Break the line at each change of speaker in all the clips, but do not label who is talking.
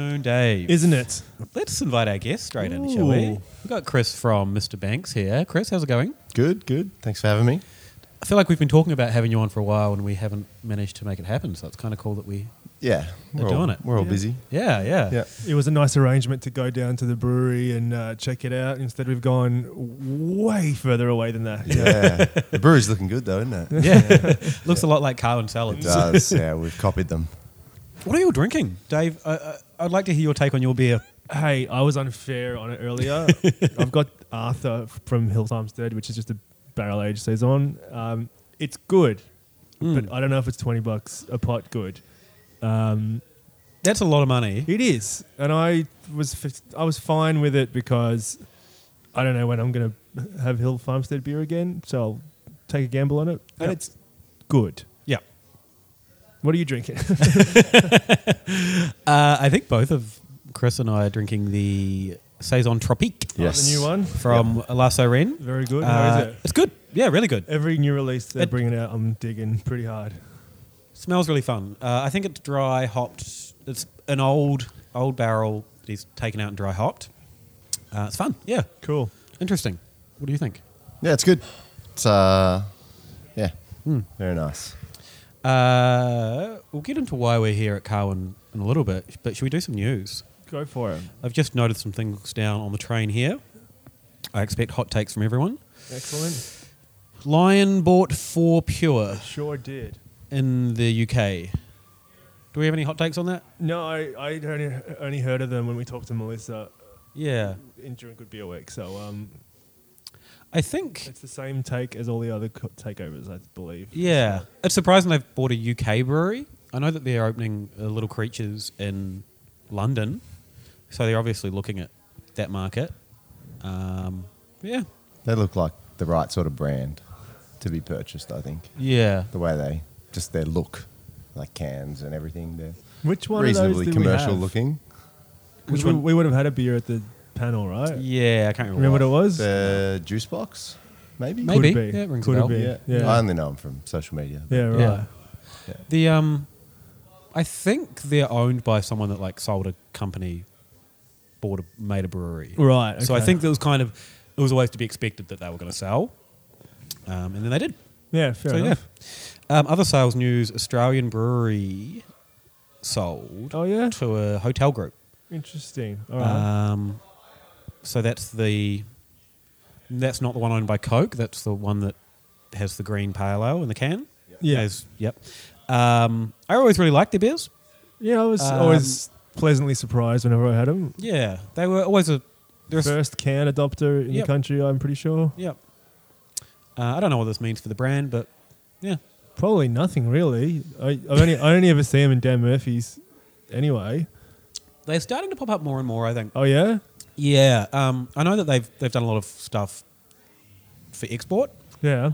you.
isn't it?
Let's invite our guest straight in, shall we?
Ooh.
We've got Chris from Mr. Banks here. Chris, how's it going?
Good, good. Thanks for having me.
I feel like we've been talking about having you on for a while and we haven't managed to make it happen, so it's kind of cool that we.
Yeah,
They're
we're all,
doing it.
We're all
Yeah.
busy.
Yeah, yeah.
Yeah.
It was a nice arrangement to go down to the brewery and uh, check it out. Instead, we've gone way further away than that.
Yeah, the brewery's looking good though, isn't it?
Yeah. Looks a lot like Carlin Salads.
It does. Yeah, we've copied them.
What are you drinking, Dave? I, I, I'd like to hear your take on your beer.
Hey, I was unfair on it earlier. I've got Arthur from Hill Times Dead, which is just a barrel aged saison. Um, it's good, but I don't know if it's twenty bucks a pot. Good, um,
That's a lot of money.
it is, and I was f- I was fine with it because I don't know when I'm gonna have Hill Farmstead beer again, so I'll take a gamble on it, and
Yep.
it's good.
Yeah.
What are you drinking?
Uh, I think both of Chris and I are drinking the Saison Tropique
Yes.
the new one.
from La Sorene.
Very good. How
Uh,
is it?
it's good. Yeah, really good.
Every new release they're
it-
bringing out, I'm digging pretty hard.
Smells really fun. Uh, I think it's dry hopped. It's an old old barrel that he's taken out and dry hopped. Uh, it's fun. Yeah,
Cool.
interesting. What do you think?
Yeah, it's good. It's uh, yeah, very nice.
Uh, we'll get into why we're here at Carwin in a little bit, but should we do some news?
Go for it.
I've just noted some things down on the train here. I expect hot takes from everyone.
Excellent.
Lion bought four pure
Sure did.
in the UK. Do we have any hot takes on that?
No, I, I only, only heard of them when we talked to Melissa
Yeah.
in during Good Beer Week. So um,
I think
it's the same take as all the other co- takeovers, I believe.
Yeah, it's surprising they've bought a UK brewery. I know that they're opening uh, Little Creatures in London, so they're obviously looking at that market. Um, yeah,
They look like the right sort of brand to be purchased. I think
yeah.
the way they just their look, like cans and everything. They're
Which one
reasonably
of those did
commercial
we have?
looking.
Which
Which
we,
one?
we would have had a beer at the panel, right?
Yeah, I can't remember.
Remember what it was?
The juice box, maybe.
Maybe.
Could be.
Yeah, it rings a
Could
bell.
be.
Yeah.
Yeah. Yeah.
I only know them from social media.
right.
Yeah. The um, I think they're owned by someone that like sold a company, bought a made a brewery.
Right. Okay.
So I think that was kind of it was always to be expected that they were going to sell, um, and then they did.
Yeah. Fair
so
enough.
yeah. Um, other sales news: Australian brewery sold
Oh yeah.
to a hotel group.
Interesting. All right.
Um, so that's the that's not the one owned by Coke. That's the one that has the green pale ale in the can.
Yeah.
Has- yep. Um, I always really liked their beers.
yeah. I was
um,
always pleasantly surprised whenever I had them.
Yeah, they were always a. They're a s-
First can adopter in
Yep.
the country, I'm pretty sure.
Yep. Uh, I don't know what this means for the brand, but yeah,
Probably nothing really. I, I've only I only ever see him in Dan Murphy's. Anyway.
they're starting to pop up more and more. I think.
Oh yeah.
Yeah, um, I know that they've they've done a lot of stuff for export,
Yeah.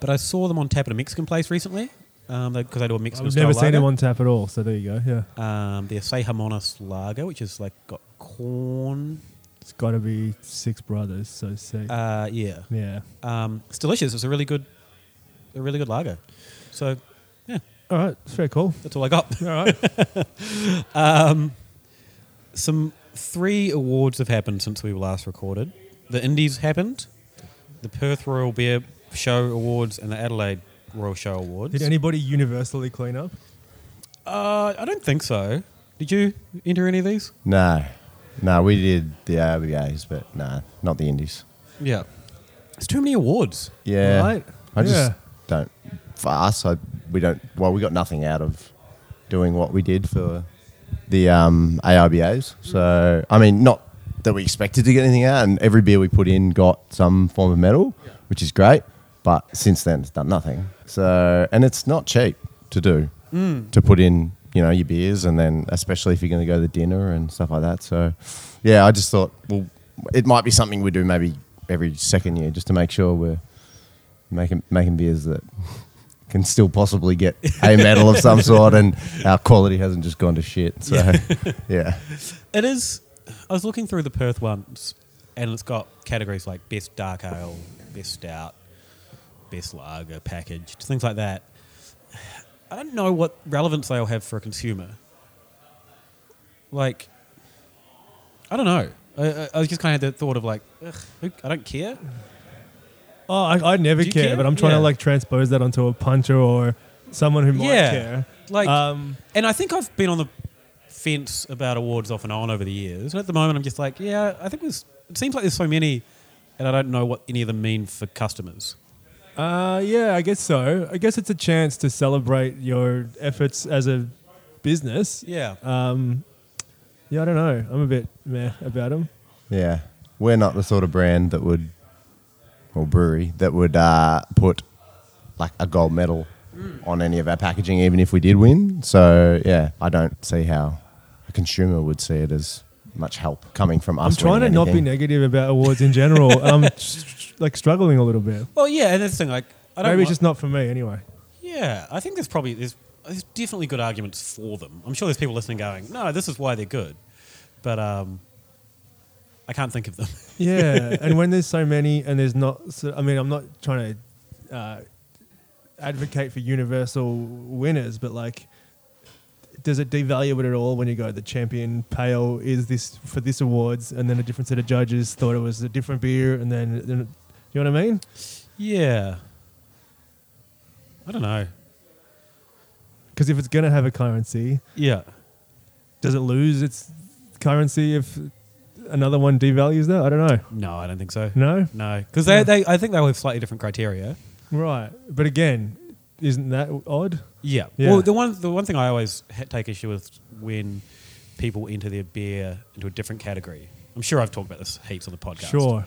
but I saw them on tap at a Mexican place recently because they do a Mexican.
I've
style
never seen
lager.
him on tap at all. So there you go. Yeah.
Um, their Sejamonas lager, which is like got corn.
It's got to be six brothers. So sick.
Uh, yeah,
yeah.
um, it's delicious. It's a really good, a really good lager. So, yeah,
All right. It's fair call.
that's all I got. Um,
All right.
Some three awards have happened since we last recorded. The Indies happened, the Perth Royal Beer Show Awards, and the Adelaide Royal Show Awards.
Did anybody universally clean up?
Uh, I don't think so. Did you enter any of these?
No, no, we did the RBAs, but nah, not the Indies.
Yeah. It's too many awards.
Yeah,
Right?
I just
Yeah.
don't. For us, I we don't. Well, we got nothing out of doing what we did for the um, ARBAs. So I mean, not that we expected to get anything out, and every beer we put in got some form of medal, which is great. But since then, it's done nothing. So and it's not cheap to do
Mm.
to put in. You know your beers, and then especially if you're going to go to dinner and stuff like that. So, yeah, I just thought, well, it might be something we do maybe every second year, just to make sure we're making making beers that can still possibly get a medal of some sort, and our quality hasn't just gone to shit. So, yeah,
It is. I was looking through the Perth ones, and it's got categories like best dark ale, best stout, best lager packaged, things like that. I don't know what relevance they'll have for a consumer. Like, I don't know. I, I, I just kind of had that thought of like, Ugh, who, I don't care.
Oh, I, I never
Do you
care,
care?
but I'm trying
Yeah.
to like transpose that onto a punter or someone who might
Yeah.
care.
Like,
um,
and I think I've been on the fence about awards off and on over the years. And at the moment, I'm just like, yeah, I think there's. It seems like there's so many, and I don't know what any of them mean for customers.
uh, yeah, I guess so. I guess it's a chance to celebrate your efforts as a business.
Yeah.
Um, yeah, I don't know. I'm a bit meh about them.
Yeah. We're not the sort of brand that would, or brewery, that would uh, put like a gold medal
Mm.
on any of our packaging, even if we did win. So, yeah, I don't see how a consumer would see it as much help coming from
I'm
us.
trying to
winning
not be
anything.
negative about awards in general. and I'm just, like struggling a little bit.
Well, yeah, and that's the thing. Like, I don't.
Maybe it's
wa-
just not for me anyway.
Yeah, I think there's probably there's there's definitely good arguments for them. I'm sure there's people listening going, no, this is why they're good, but um, I can't think of them.
Yeah, and when there's so many, and there's not, so, I mean, I'm not trying to uh, advocate for universal winners, but like, does it devalue it at all when you go the champion pale is this for this awards, and then a different set of judges thought it was a different beer, and then, then you know what I mean?
yeah, I don't know.
Because if it's gonna have a currency,
Yeah,
does it lose its currency if another one devalues that? I don't know.
no, I don't think so.
No,
No, because
Yeah.
they, they I think they all have slightly different criteria.
right? But again, isn't that odd?
Yeah.
Yeah.
Well, the one the one thing I always ha- take issue with when people enter their beer into a different category. I'm sure I've talked about this heaps on the podcast.
Sure.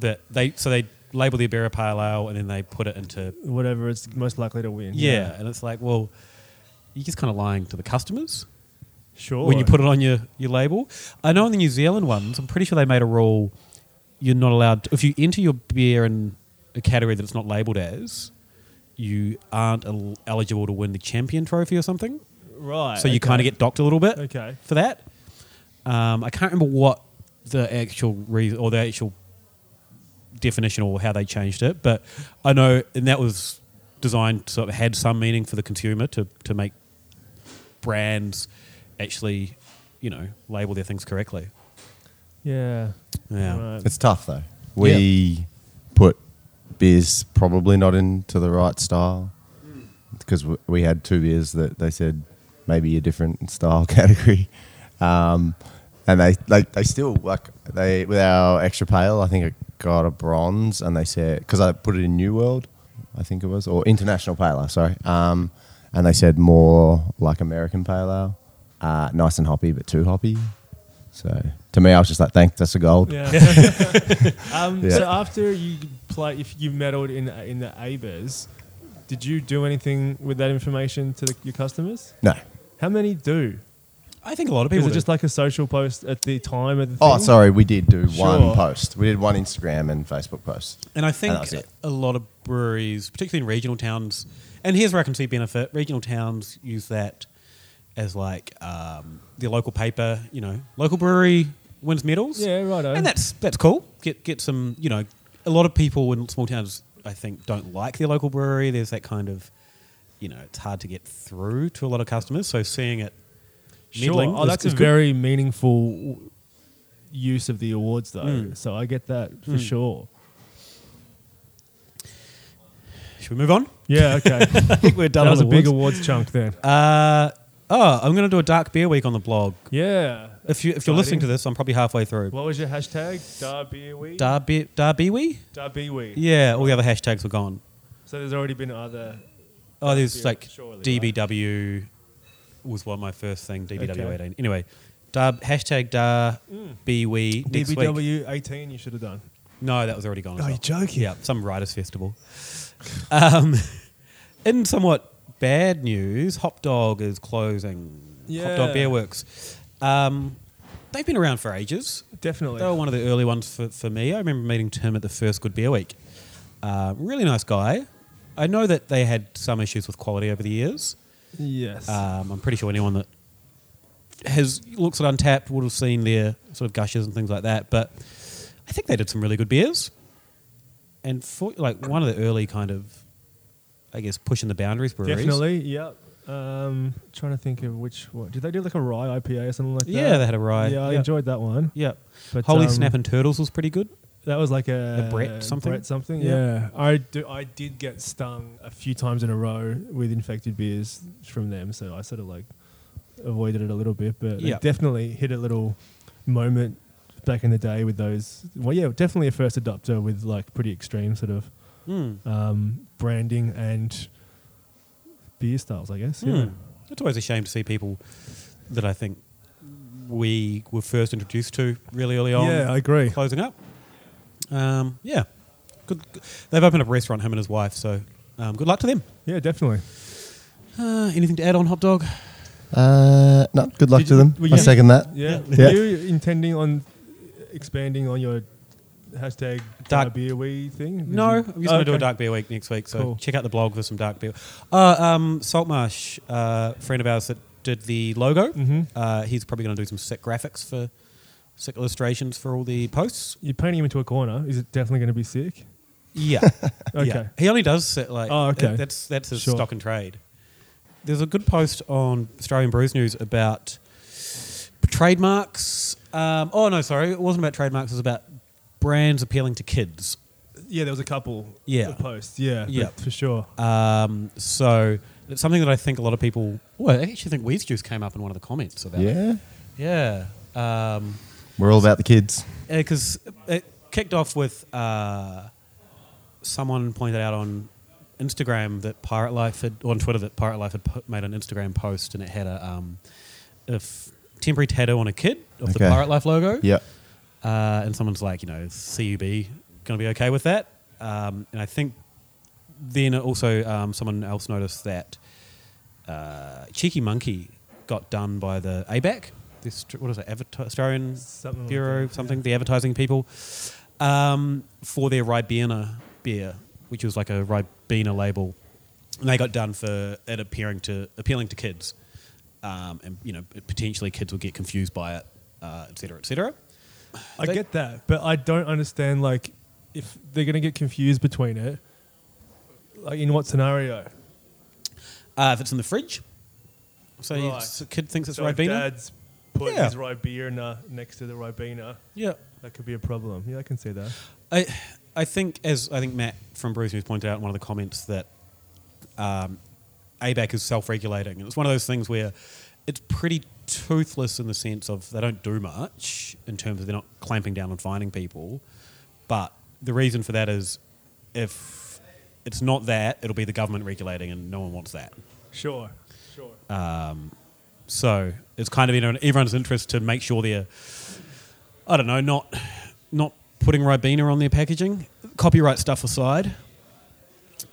That they so they label their beer a pale ale and then they put it into
whatever it's most likely to win.
yeah, and it's like well, you're just kind of lying to the customers
sure.
when you put it on your your label. I know in the New Zealand ones, I'm pretty sure they made a rule you're not allowed to, if you enter your beer in a category that it's not labeled as, you aren't el- eligible to win the champion trophy or something.
right,
So you kind of get docked a little bit
okay.
for that. Um, I can't remember what the actual reason or the actual definition or how they changed it, but I know, and that was designed so it had some meaning for the consumer to, to make brands actually, you know, label their things correctly.
Yeah,
Yeah.
Right.
It's tough though. We put beers probably not into the right style because w- we had two beers that they said maybe a different style category, um, and they, they they still like they with our extra pale. I think it got a bronze, and they said because I put it in New World, I think it was or International Pale Ale, sorry, um, and they said more like American Pale Ale, uh, nice and hoppy but too hoppy. So to me, I was just like, "Thanks, that's a gold."
Yeah. um,
Yeah.
So after you play, if you medaled in in the ABAs, did you do anything with that information to the, your customers?
No.
How many do?
I think a lot of
Is
people
it
do.
just like a social post at the time of the
Oh,
thing?
sorry. We did do
Sure.
one post. We did one Instagram and Facebook post.
And I
And
think
that's it.
a lot of breweries, particularly in regional towns, and here's where I can see benefit. Regional towns use that as like um, the local paper. You know, local brewery wins medals.
Yeah, righto.
And that's that's cool. Get get some. You know, a lot of people in small towns, I think, don't like their local brewery. There's that kind of, you know, it's hard to get through to a lot of customers. So seeing it,
Sure.
meddling
Oh,
is-
that's
is
a
good.
very meaningful w- use of the awards, though.
Hmm.
So I get that for sure.
Should we move on?
Yeah. Okay.
I think we're done.
that was
on
a big
awards.
awards chunk then.
Uh, oh, I'm going to do a dark beer week on the blog.
Yeah.
If you if you're
Exciting.
listening to this, I'm probably halfway through.
What was your hashtag? Darby
Darby, Darbiwi?
Darby
Yeah, all the other hashtags were gone.
E. So there's already been other.
Oh, there's
Yeah,
like
surely,
DBW was one of my first thing. DBW
Okay.
eighteen. Anyway, Darb, hashtag Darbiwi
Mm.
next week.
DBW 18, you should have done.
No, that was already gone. as
Oh, you're
well.
joking.
Yeah, some writers festival. um, in somewhat bad news, Hop Dog is closing. Hop
Yeah.
Dog Beer Works. Um, they've been around for ages.
Definitely.
They were one of the early ones for, for me. I remember meeting Tim at the first Good Beer Week. Uh, really nice guy. I know that they had some issues with quality over the years.
Yes.
Um, I'm pretty sure anyone that has looks at Untapped would have seen their sort of gushes and things like that. But I think they did some really good beers. And for, like one of the early kind of, I guess, pushing the boundaries breweries.
Definitely. Yep. Um, trying to think of which one. Did they do like a rye IPA or something like
Yeah,
that?
they had a rye.
Yeah, I
yeah.
enjoyed that one.
Yep.
But
Holy
um,
Snapping Turtles was pretty good.
That was like a,
A Brett something?
Brett something.
Yeah.
Yeah, I do, I did get stung a few times in a row with infected beers from them, so I sort of like avoided it a little bit, but
Yeah.
I definitely hit a little moment back in the day with those. Well, yeah, definitely a first adopter with like pretty extreme sort of
Mm.
um, branding and beer styles, I guess. Yeah.
Mm. It's always a shame to see people that I think we were first introduced to really early on.
Yeah, I agree.
Closing up. Um, yeah. Good. good- They've opened up a restaurant, him and his wife, so um, good luck to them.
Yeah, definitely.
Uh, anything to add on Hot Dog?
Uh, no, good luck
Did
to
you-
them.
were
I
you-
second that.
Yeah.
Yeah.
Are you intending on expanding on your hashtag
Dark-
dark beer wee thing?
No, I'm
Is
just
it-
going to do a
Okay.
dark beer week next week, so
Cool.
check out the blog for some dark beer. Uh, um, Saltmarsh, uh, friend of ours that did the logo,
Mhm.
uh, he's probably going to do some sick graphics for sick illustrations for all the posts.
You're painting him into a corner. Is it definitely going to be sick?
Yeah,
Okay.
yeah. He only does sit like.
Oh, okay.
that- that's that's his
Sure.
stock and trade. There's a good post on Australian Brews News about trademarks. Um, oh no, sorry, it wasn't about trademarks. It was about brands appealing to kids.
Yeah, there was a couple.
Yeah. of
posts. Yeah.
Yeah.
for sure.
Um, so it's something that I think a lot of people. Well, I actually think Wheeze Juice came up in one of the comments about it.
Yeah.
Yeah. Yeah. Um,
We're all about the kids.
because Uh, it kicked off with uh, someone pointed out on Instagram that Pirate Life had or on Twitter that Pirate Life had pu- made an Instagram post and it had a um, a f- temporary tattoo on a kid of the
Okay.
Pirate Life logo.
Yeah.
Uh, and someone's like, you know, CUB going to be okay with that? Um, and I think then also um, someone else noticed that uh, Cheeky Monkey got done by the ABAC, this, what is it, Advert- Australian
Something like
Bureau,
that,
something, the advertising people, um, for their Ribena beer, which was like a Ribena label. And they got done for it appearing to appealing to kids, um, and you know potentially kids will get confused by it, uh, et cetera, et cetera.
I
They-
get that, but I don't understand like if they're going to get confused between it. Like in what scenario?
Uh, if it's in the fridge, so you-
Right.
so kid thinks it's
so if
Ribena.
Dad's put
Yeah.
his Ribena next to the Ribena.
yeah,
That could be a problem. Yeah, I can see that.
I, I think as I think Matt from Bruce News pointed out in one of the comments that um, ABAC is self-regulating, and it's one of those things where it's pretty toothless in the sense of they don't do much in terms of they're not clamping down and finding people, but the reason for that is if it's not that, it'll be the government regulating, and no one wants that.
Sure. Sure.
So it's kind of in everyone's interest to make sure they're, I don't know, not not putting Ribena on their packaging. Copyright stuff aside,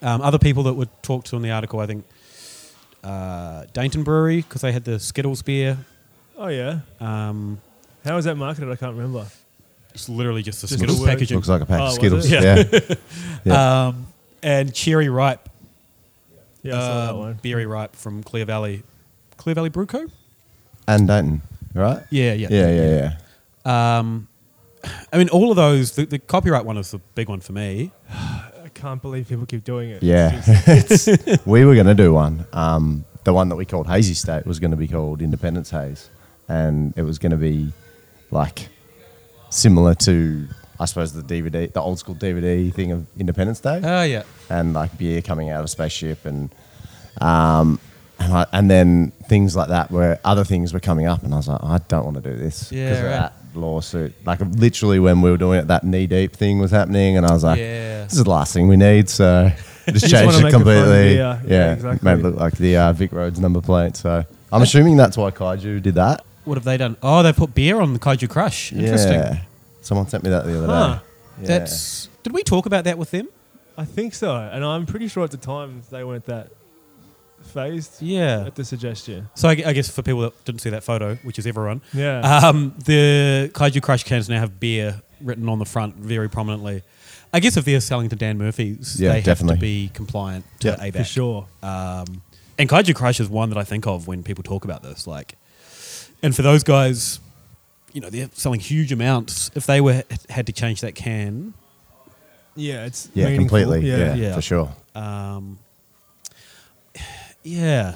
um, other people that were talked to in the article, I think, uh, Dainton Brewery because they had the Skittles beer.
oh yeah.
Um,
How is that marketed? I can't remember.
it's literally just the
Just
Skittles
the word.
packaging.
Looks like Uh, a pack
Oh,
of
was
Skittles.
it?
Yeah.
um, and Cherry Ripe,
Yeah, I saw that
um,
one.
Berry Ripe from Clear Valley, Clear Valley Brew Co.
And Dayton, right?
Yeah, yeah,
Yeah, yeah, yeah.
Um, I mean, all of those. The, the copyright one is the big one for me.
I can't believe people keep doing it.
Yeah.
It's just-
It's- we were going to do one. Um, the one that we called Hazy State was going to be called Independence Haze. And it was going to be like similar to, I suppose, the DVD, the old school DVD thing of Independence Day.
Ah,
Oh yeah.
and like beer coming out of a spaceship and um and, I, and then things like that where other things were coming up and I was like I don't want to do this
Yeah,
of
right.
that lawsuit like literally when we were doing it that knee deep thing was happening and I was like
Yeah.
this is the last thing we need so I just
just
changed
wanna
it
make it fun,
completely
yeah, yeah, exactly.
made it look like the uh, Vic Roads number plate so I'm assuming that's why Kaiju did that
What have they done? Oh, they put beer on the Kaiju Crush. Interesting.
yeah someone sent me that the other
Huh.
day yeah.
That's. Did we talk about that with them?
I think so, and I'm pretty sure at the time they weren't that phased
Yeah.
at the suggestion.
So I, gu- I guess for people that didn't see that photo, which is everyone,
Yeah,
um, the Kaiju Crush cans now have beer written on the front very prominently. I guess if they're selling to Dan Murphy's,
Yeah,
they have
definitely.
to be compliant to
Yeah,
ABAC.
for sure.
Um, and Kaiju Crush is one that I think of when people talk about this. Like, and for those guys, you know, they're selling huge amounts. If they were had to change that can,
Yeah, it's
yeah
meaningful.
completely yeah,
Yeah.
for sure
um, yeah,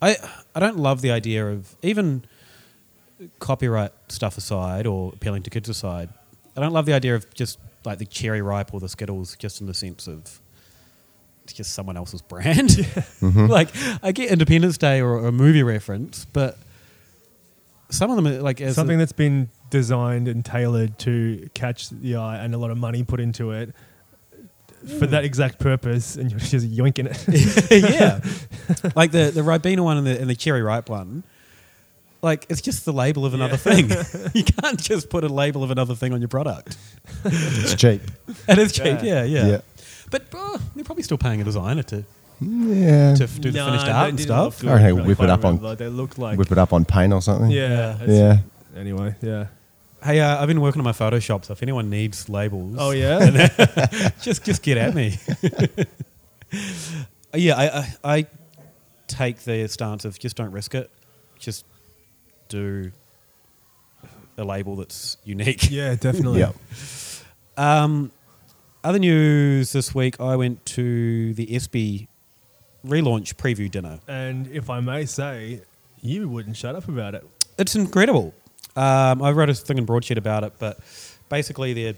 I I don't love the idea of even copyright stuff aside or appealing to kids aside. I don't love the idea of just like the cherry ripe or the Skittles, just in the sense of it's just someone else's brand. like I get Independence Day or a movie reference, but some of them are, like as
Something that's been designed and tailored to catch the eye and a lot of money put into it for that exact purpose, and you're just yoinking it.
yeah, like the the Ribena one and the, and the cherry ripe one. Like it's just the label of another thing. you can't just put a label of another thing on your product.
It's cheap.
And it's cheap. Yeah, yeah.
Yeah.
But uh, they're probably still paying a designer to
Yeah.
to f- do the
Nah,
finished
they
art and
didn't look
stuff.
good,
I reckon
but
whip
if I
it up on-
remember, They looked like.
Whip it up on paint or something.
Yeah. it's-
Yeah.
Anyway, yeah.
Hey, uh, I've been working on my Photoshop, so if anyone needs labels,
Oh yeah.
just just get at me. yeah, I, I I take the stance of just don't risk it, just do a label that's unique.
yeah, definitely.
Yeah.
Um, other news this week, I went to the SB relaunch preview dinner.
And if I may say, you wouldn't shut up about it.
It's incredible. Um, I wrote a thing in broadsheet about it, but basically they're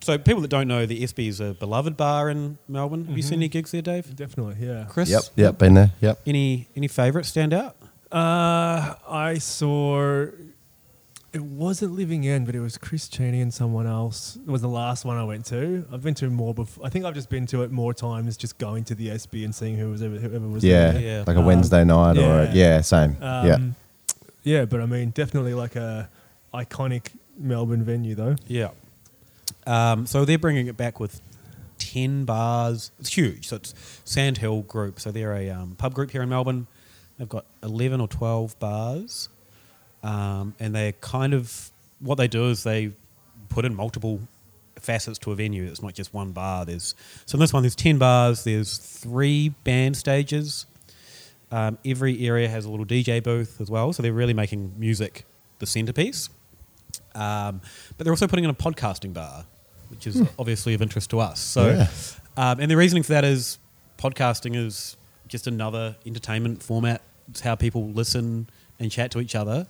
so people that don't know, the SB is a beloved bar in Melbourne. Have you seen any gigs there, Dave?
Definitely, yeah.
Chris,
Yep. Yep. Been there. Yep.
any any favourites stand out?
Uh, I saw it wasn't Living End, but it was Chris Cheney and someone else. It was the last one I went to. I've been to more before. I think I've just been to it more times, just going to the SB and seeing who was ever, whoever was
Yeah.
there.
Yeah.
Like a
Um,
Wednesday night or
yeah.
a, yeah, same. yeah.
Um, yeah, but I mean, definitely like a iconic Melbourne venue, though.
Yeah. Um, so they're bringing it back with ten bars. It's huge. So it's Sandhill Group. So they're a um, pub group here in Melbourne. They've got eleven or twelve bars, um, and they're kind of what they do is they put in multiple facets to a venue. It's not just one bar. There's so in this one there's ten bars. There's three band stages. Um, every area has a little DJ booth as well. So they're really making music the centerpiece. Um, but they're also putting in a podcasting bar, which is obviously of interest to us. So,
Yeah.
um, and the reasoning for that is podcasting is just another entertainment format. It's how people listen and chat to each other.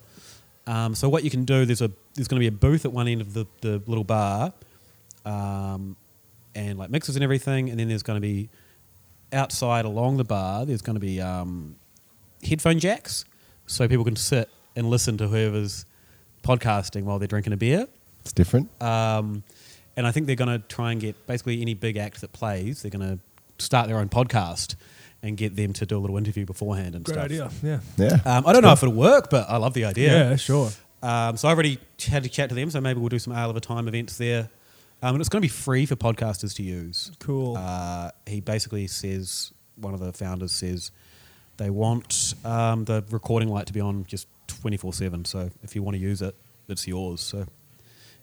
Um, so what you can do there's a there's going to be a booth at one end of the, the little bar, um, and like mixers and everything, and then there's going to be outside along the bar. There's going to be um, headphone jacks so people can sit and listen to whoever's podcasting while they're drinking a beer.
It's different.
uh,
Um, and I think they're going to try and get basically any big act that plays, they're going to start their own podcast and get them to do a little interview beforehand and
Great
stuff.
idea. Yeah.
Yeah.
Um, I don't know if it'll work, but I love the idea.
Yeah, sure.
Um, so I already ch- had to chat to them, so maybe we'll do some Ale of a Time events there. Um, and it's going to be free for podcasters to use.
Cool.
Uh, he basically says, one of the founders says, they want um, the recording light to be on just 24 7. So if you want to use it, it's yours. So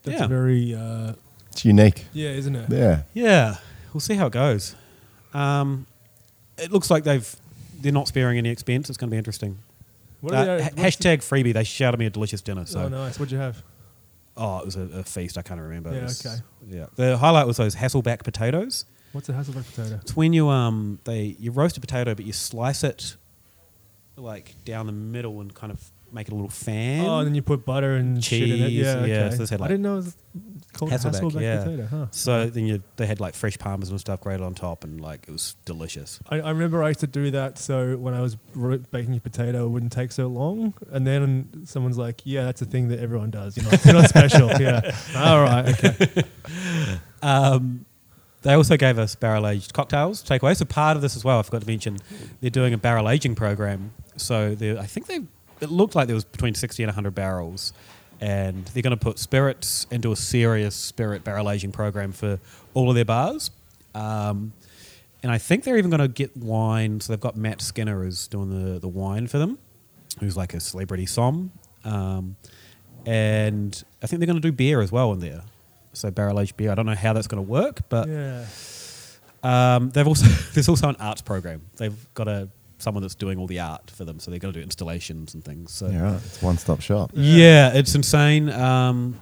That's
yeah.
very, uh,
It's unique.
yeah, isn't it?
Yeah.
Yeah, we'll see how it goes. Um, it looks like they've they're not sparing any expense. It's going to be interesting.
What
Uh,
are they-
ha-
what's the-
hashtag freebie. They shouted me a delicious dinner. So
Oh, nice. What'd you have?
Oh, it was a, a feast. I can't remember. It
Yeah,
was-
okay.
Yeah. The highlight was those Hasselback potatoes.
What's a Hasselback potato?
It's when you um they you roast a potato, but you slice it like down the middle and kind of make it a little fan.
oh, and then you put butter and shit in it.
Cheese,
Yeah,
yeah,
okay.
so it's had
I
like
didn't know it was called Hasselback,
Hasselback, yeah.
potato. Huh.
so then you they had like fresh parmesan and stuff grated on top, and like it was delicious.
I, I remember I used to do that. So when I was ro- baking a potato, it wouldn't take so long. And then someone's like, "Yeah, that's a thing that everyone does. You know, you're not special." Yeah. All right. Okay.
Um, they also gave us barrel aged cocktails to take away. So part of this as well, I forgot to mention, they're doing a barrel aging program. So they- I think they it looked like there was between sixty and hundred barrels, and they're going to put spirits and do a serious spirit barrel aging program for all of their bars. Um, and I think they're even going to get wine. So they've got Matt Skinner is doing the, the wine for them, who's like a celebrity som. Um, and I think they're going to do beer as well in there. So barrel aged beer. I don't know how that's going to work, but
Yeah.
um, they've also there's also an arts program. They've got a someone that's doing all the art for them, so they're going to do installations and things. So
Mm.
Yeah. Right. It's one stop shop.
yeah, it's insane. Um,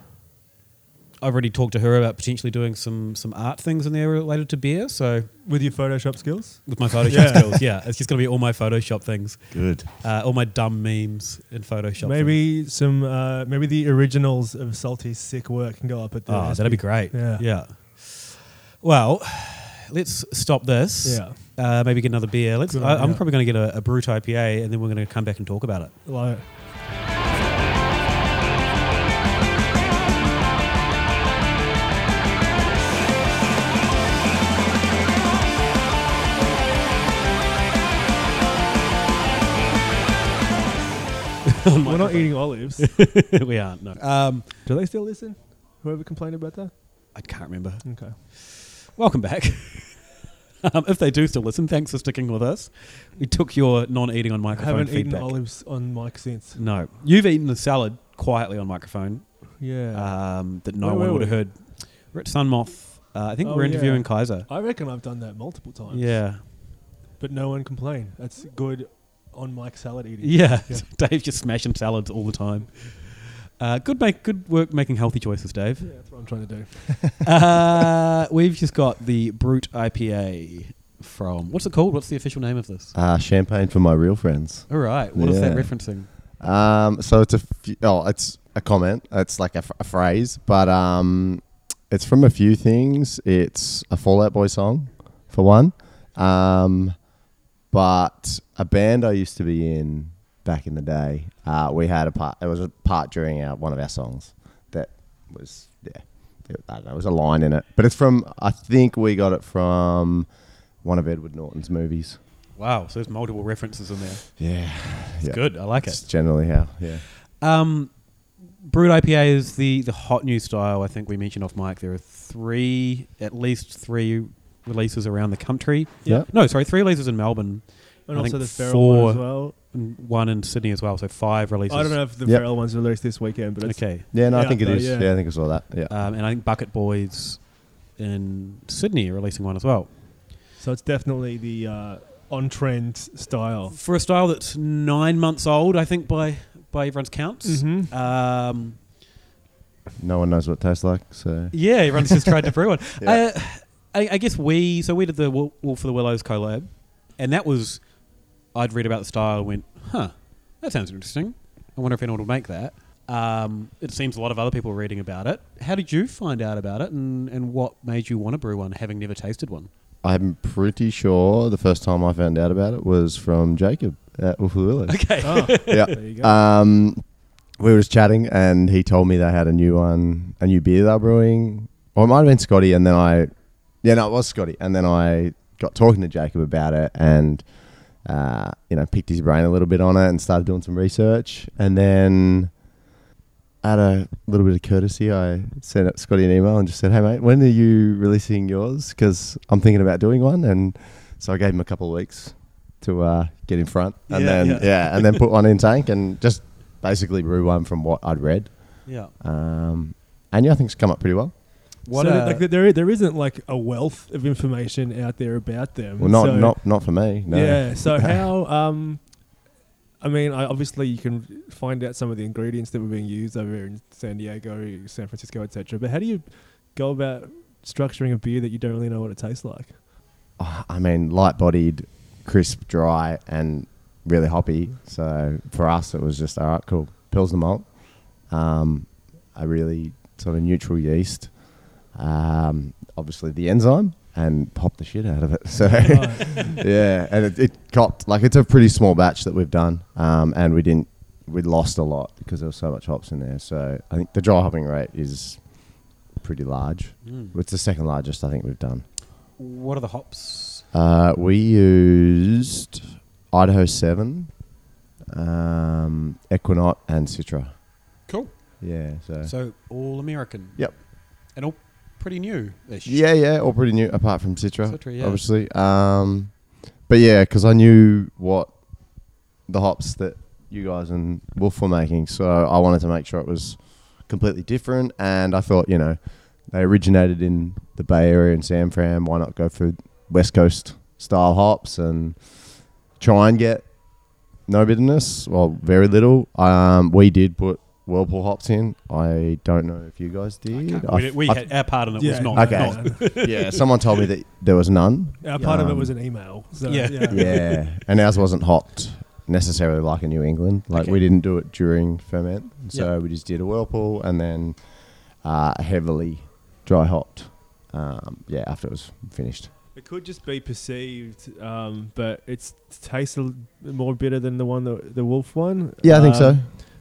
I've already talked to her about potentially doing some some art things in there related to beer. So
with your Photoshop skills.
with my Photoshop
Yeah.
skills, yeah, it's just gonna be all my Photoshop things,
Good.
uh, all my dumb memes in Photoshop.
maybe some, uh, maybe the originals of Salty's sick work can go up at the.
Ah, that'd be great.
Yeah.
yeah. Well, let's stop this.
Yeah.
Uh, maybe get another beer. Let's.
Good
I, I'm
idea.
probably going to get a, a brute IPA, and then we're going to come back and talk about it.
Like, we're not eating olives.
we aren't. No. Um,
Do they still listen? Whoever complained about that?
I can't remember.
Okay.
Welcome back. um, if they do still listen, thanks for sticking with us. We took your non-eating on
I
microphone
haven't
feedback.
eaten olives on mic since.
No, you've eaten the salad quietly on microphone
Yeah.
um, that no
Where
one
were
would have
we?
heard. We're at Sunmoth. Uh, I think
Oh,
we're
yeah.
interviewing Kaiser.
I reckon I've done that multiple times.
Yeah,
But no one complained. That's good on mic salad eating.
yeah.
Yeah.
Dave's just smashing salads all the time. Uh, good make, good work making healthy choices, Dave.
Yeah, that's what I'm trying to do.
uh, we've just got the Brute IPA from what's it called? What's the official name of this?
Uh, champagne for my real friends.
All right, what is that
Yeah.
referencing?
Um, so it's a few, oh, it's a comment. It's like a, f- a phrase, but um, it's from a few things. It's a Fallout Boy song, for one. Um, but a band I used to be in back in the day, uh, we had a part. It was a part during our, one of our songs that was yeah. it- I don't know. It was a line in it, but it's from. I think we got it from one of Edward Norton's movies.
Wow, so there's multiple references in there.
Yeah,
It's
Yeah.
good. I like
That's
it.
generally how. Yeah.
Um, Brewed IPA is the the hot new style. I think we mentioned off mic. There are three, at least three releases around the country.
Yeah.
No, sorry, three releases in Melbourne,
And
I
also
think
the feral
four
one as well.
and one in Sydney as well. So five releases.
I don't know if the
Yep.
feral one's released this weekend, but it's
Okay,
Yeah, no,
Yeah,
I think it
though,
is.
yeah.
Yeah. I think I saw that. Yeah.
um, and I think Bucket Boys in Sydney are releasing one as well.
so it's definitely the uh, on trend style.
for a style that's nine months old, I think by by everyone's counts.
Mhm.
Um,
no one knows what it tastes like, so
yeah, everyone's just tried to brew one.
Yeah.
Uh, I, I guess we so we did the Wol- Wolf for the Willows collab, and that was I'd read about the style and went, huh, that sounds interesting. I wonder if anyone will make that. Um, it seems a lot of other people are reading about it. How did you find out about it, and, and what made you want to brew one, having never tasted one?
I'm pretty sure the first time I found out about it was from Jacob at Wolf of the Willows.
Okay,
Oh,
Yeah.
there you go.
Um, we were just chatting, and he told me they had a new one, a new beer they were brewing, or it might have been Scotty. And then I, yeah, no, it was Scotty. And then I got talking to Jacob about it, and uh, you know, picked his brain a little bit on it, and started doing some research. And then, out of a little bit of courtesy, I sent up Scotty an email and just said, "Hey, mate, when are you releasing yours? Because I'm thinking about doing one." And so I gave him a couple of weeks to uh, get in front, and
Yeah,
then
yeah.
yeah, and then put one in tank and just basically brew one from what I'd read.
yeah.
Um, and yeah, I think it's come up pretty well.
What
so
a-
uh,
like there, there isn't like a wealth of information out there about them.
Well, not
So-
not not for me. No.
Yeah. So how? Um, I mean, I, obviously you can find out some of the ingredients that were being used over in San Diego, San Francisco, etc. But how do you go about structuring a beer that you don't really know what it tastes like?
Oh, I mean, light bodied, crisp, dry, and really hoppy. So for us, it was just all right, cool. Pilsner malt, um, a really sort of neutral yeast, um, obviously the enzyme, and pop the shit out of it. So yeah, and it, it copped like it's a pretty small batch that we've done, um, and we didn't we lost a lot because there was so much hops in there. So I think the dry hopping rate is pretty large.
Mm.
It's the second largest I think we've done.
what are the hops?
Uh, we used Idaho 7, um, Equinot, and Citra.
Cool.
Yeah, so.
So all American.
Yep.
And all pretty new ish.
Yeah, yeah, all pretty new apart from Citra,
Citra, yeah.
obviously. Um, but yeah, because I knew what the hops that you guys and Wolf were making, so I wanted to make sure it was completely different. And I thought, you know, they originated in the Bay Area and San Fran. Why not go for West Coast style hops and try and get no bitterness, well, very little. Um, we did put Whirlpool hops in. I don't know if you guys did. I
we
f-
we
I-
had our part in it was
Yeah.
not.
Okay.
not-
yeah, someone told me that there was none.
Our part of it
Um,
was an email. So,
Yeah.
yeah.
yeah, and ours wasn't hot necessarily like in New England. Like
Okay.
we didn't do it during ferment, so we just did a whirlpool and then uh, heavily dry hopped. Um, yeah, after it was finished.
It could just be perceived, um, but it's tastes a l- more bitter than the one that the wolf one.
Yeah, I think
Um,
so.